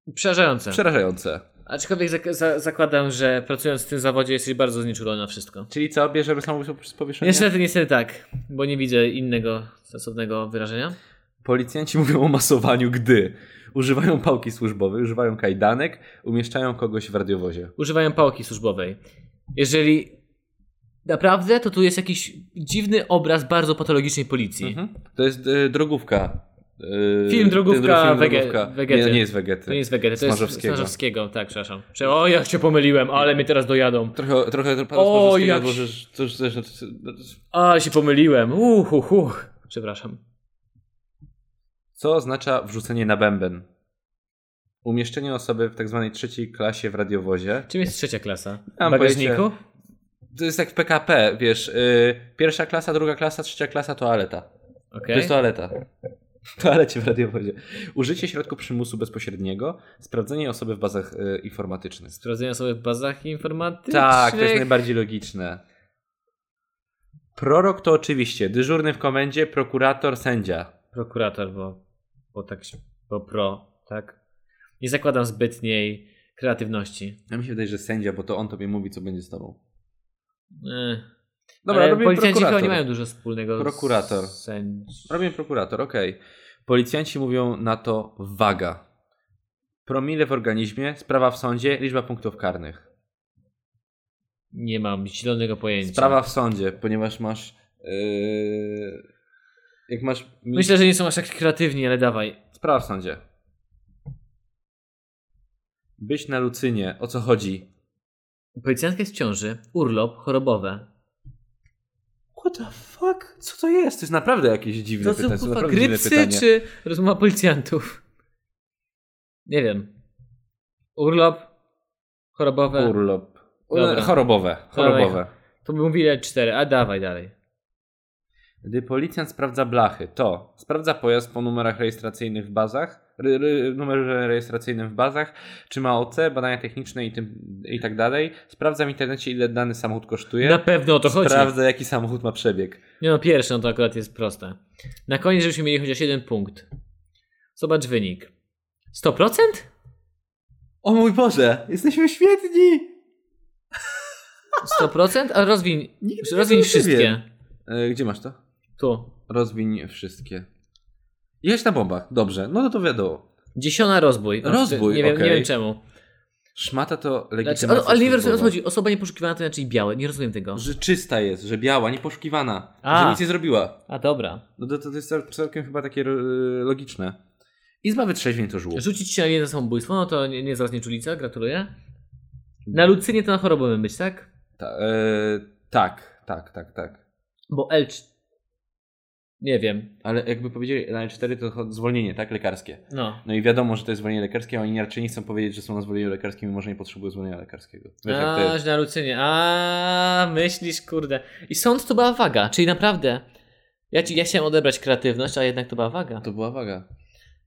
Tak. przerażające. przerażające. Aczkolwiek zak- za- zakładam, że pracując w tym zawodzie jesteś bardzo znieczulony na wszystko. Czyli co, bierzemy samobójstwo poprzez powieszenie? Niestety, niestety tak, bo nie widzę innego stosownego wyrażenia. Policjanci mówią o masowaniu, gdy używają pałki służbowej, używają kajdanek, umieszczają kogoś w radiowozie. Używają pałki służbowej. Jeżeli naprawdę, to tu jest jakiś dziwny obraz bardzo patologicznej policji. Mhm. To jest e, drogówka. E, Film Drogówka, ten dro- Wege- Wegety. Nie, to nie jest Wegety. To nie jest Wegety, to Smarzowskiego. jest Smarzowskiego. Tak, przepraszam. Prze- O, jak się pomyliłem, ale mnie teraz dojadą. Trochę, trochę pana O, Smarzowskiego jak- odłożysz, to już też- to też- to też- A, się pomyliłem. Uch, uch, uch. Przepraszam. Co oznacza wrzucenie na bęben? Umieszczenie osoby w tak zwanej trzeciej klasie w radiowozie. Czym jest trzecia klasa? Mam W bagażniku? To jest jak w PKP, wiesz, y, pierwsza klasa, druga klasa, trzecia klasa, toaleta. To Okej. jest toaleta. W toalecie w radiowozie. Użycie środków przymusu bezpośredniego, sprawdzenie osoby w bazach y, informatycznych. Sprawdzenia sobie w bazach informatycznych. Tak, to jest najbardziej logiczne. Prorok to oczywiście dyżurny w komendzie, prokurator, sędzia. prokurator, bo, bo tak, się- bo pro, tak? Nie zakładam zbytniej kreatywności. Ja mi się wydaje, że sędzia, bo to on tobie mówi, co będzie z tobą. Ech. Dobra, Eh. Ale robimy policjanci chyba prokurator. nie mają dużo wspólnego Prokurator. z sędzi- Robię prokurator, okej. Policjanci mówią na to waga. Promile w organizmie, sprawa w sądzie, liczba punktów karnych. Nie mam zielonego pojęcia. Sprawa w sądzie, ponieważ masz. Yy, jak masz. Myślę, że nie są aż tak kreatywni, ale dawaj. Sprawa w sądzie. Być na lucynie, o co chodzi? Policjantka jest w ciąży, urlop, chorobowe. What the fuck? Co to jest? To jest naprawdę jakieś dziwne To pytanie. To są są kurwa naprawdę dziwne grypsy pytanie. czy rozmowa policjantów? Nie wiem. Urlop, chorobowe. Urlop. Dobra. Chorobowe. Chorobowe. To by mówili cztery, a dawaj dalej. Gdy policjant sprawdza blachy, to sprawdza pojazd po numerach rejestracyjnych w bazach, ry, ry, numerze rejestracyjnym w bazach, czy ma OC, badania techniczne i, tym, i tak dalej. Sprawdza w internecie, ile dany samochód kosztuje. Na pewno o to chodzi. Sprawdza, jaki samochód ma przebieg. Nie no, pierwsze, no to akurat jest proste. Na koniec, żebyśmy mieli chociaż jeden punkt. Zobacz wynik. 100%? O mój Boże, jesteśmy świetni! 100%? A rozwiń, Nigdy tego rozwiń nie wszystkie. wiem. E, Gdzie masz to? Tu. Rozwiń wszystkie. Jeźdź na bombach, dobrze, no to to wiadomo. Dziesiąta rozbój. No, Rozbój, nie, wiem, nie okej. wiem czemu. Szmata to Znaczy, legitymacja o, ale nie wiem, o co służbowa. chodzi. Osoba nieposzukiwana to inaczej białe. Nie rozumiem tego. Że czysta jest, że biała, nieposzukiwana, A. że nic nie zrobiła. A dobra. No to, to jest cał- całkiem chyba takie e, logiczne. Izba wytrzeźwień to żółw. Rzucić się na linę za samobójstwo, no to nie, nie zaraz nieczulica, gratuluję. Na Lucynie to na chorobę mamy być, tak? Ta, e, tak, tak, tak, tak. Bo L4... Nie wiem. Ale jakby powiedzieli na L4 to cho- zwolnienie, tak, lekarskie. No. No i wiadomo, że to jest zwolnienie lekarskie, a oni raczej nie chcą powiedzieć, że są na zwolnieniu lekarskim, mimo że nie potrzebują zwolnienia lekarskiego. Wiesz, jak to A, jest. że na Lucynie. A, myślisz, kurde. I sąd to była waga, czyli naprawdę. Ja, ci, ja chciałem odebrać kreatywność, a jednak to była waga. To była waga.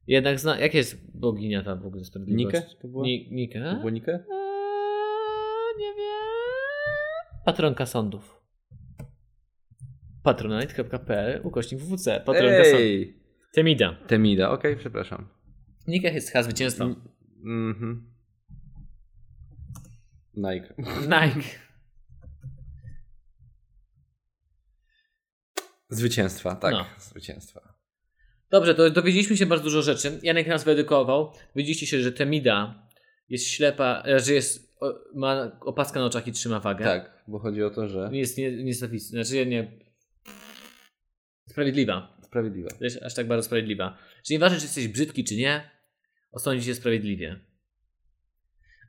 Jednak zna... Jak jest boginia ta w ogóle sprawiedliwości? Nikę? To była? Ni- Nikę? To było Nikę? Eee, nie wiem. Patronka sądów. patronite.pl ukośnik WWC. Patronka sądów. Ej! Temida. Temida, okej, przepraszam. Nikach jest hasło zwycięstwa. Mm, Mhm. Nike. Nike. Zwycięstwa, tak. No. Zwycięstwa. Dobrze, to dowiedzieliśmy się bardzo dużo rzeczy. Janek nas wyedukował. Dowiedzieliście się, że Temida jest ślepa, e, że jest, o, ma opaskę na oczach i trzyma wagę. Tak, bo chodzi o to, że Jest nie- niesamowita. Znaczy nie... Sprawiedliwa. sprawiedliwa. Wiesz, aż tak bardzo sprawiedliwa. Że nieważne, czy jesteś brzydki, czy nie, osądzi się sprawiedliwie.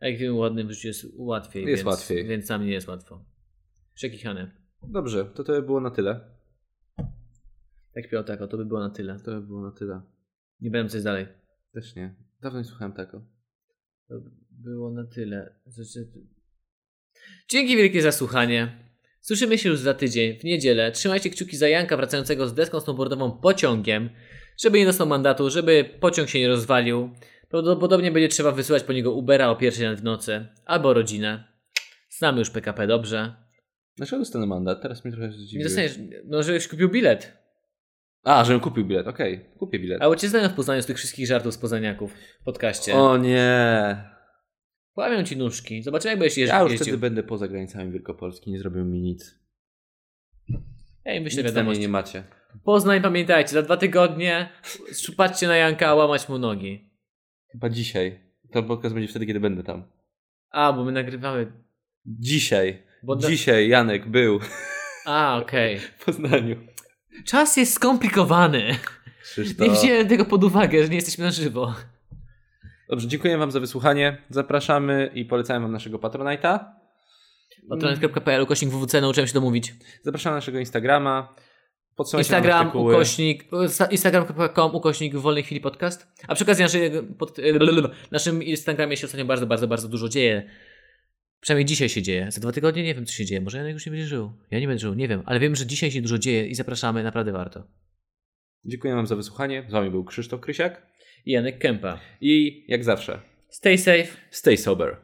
A jak wiemy, ładnym w życiu jest łatwiej. Jest więc, łatwiej. Więc nam nie jest łatwo. Przekichane. Dobrze, to to by było na tyle. Tak śpiewał tako, to by było na tyle. To by było na tyle. Nie będę coś dalej. Też nie. Dawno nie słuchałem tego. To było na tyle. Znaczy... Dzięki wielkie za słuchanie. Słyszymy się już za tydzień, w niedzielę. Trzymajcie kciuki za Janka wracającego z deską snowboardową pociągiem, żeby nie dostał mandatu, żeby pociąg się nie rozwalił. Prawdopodobnie będzie trzeba wysyłać po niego Ubera o pierwszej nad w nocy, albo rodzinę. Znamy już PKP dobrze. Znaczy ja dostanę mandat, teraz mnie trochę zdziwiłeś. Nie dostaniesz, no żebyś kupił bilet. A, żebym kupił bilet, okej. Kupię bilet. Albo cię znają w Poznaniu z tych wszystkich żartów z Poznaniaków w podcaście. O nie. Łamią ci nóżki. Zobaczymy jak będziesz jeździł. Ja już wtedy będę poza granicami Wielkopolski, nie zrobią mi nic. ja im Nic wyślę na mnie wiadomość. nie macie. Poznań, pamiętajcie, za dwa tygodnie patrzcie na Janka, a łamać mu nogi. Chyba dzisiaj. Ten podcast będzie wtedy, kiedy będę tam. A, bo my nagrywamy. Dzisiaj. Bo na... Dzisiaj Janek był A, okej. w Poznaniu. Czas jest skomplikowany. Krzysztof. Nie wziąłem tego pod uwagę, że nie jesteśmy na żywo. Dobrze, dziękuję Wam za wysłuchanie. Zapraszamy i polecamy Wam naszego Patronite'a. Patronite.pl, ukośnik WWC, nauczyłem się to mówić. Mm, Zapraszamy na naszego Instagrama. Podsumowanie Instagram, artykuły. ukośnik, sta- instagram.com, ukośnik w wolnej chwili podcast. A przy okazji naszej, pod, y, naszym Instagramie się ostatnio bardzo, bardzo, bardzo dużo dzieje. Przynajmniej dzisiaj się dzieje. Za dwa tygodnie nie wiem, co się dzieje. Może Janek już nie będzie żył. Ja nie będę żył, nie wiem. Ale wiem, że dzisiaj się dużo dzieje i zapraszamy, naprawdę warto. Dziękuję Wam za wysłuchanie. Z Wami był Krzysztof Krysiak. Janek Kępa. I jak zawsze, Stay safe. stay sober.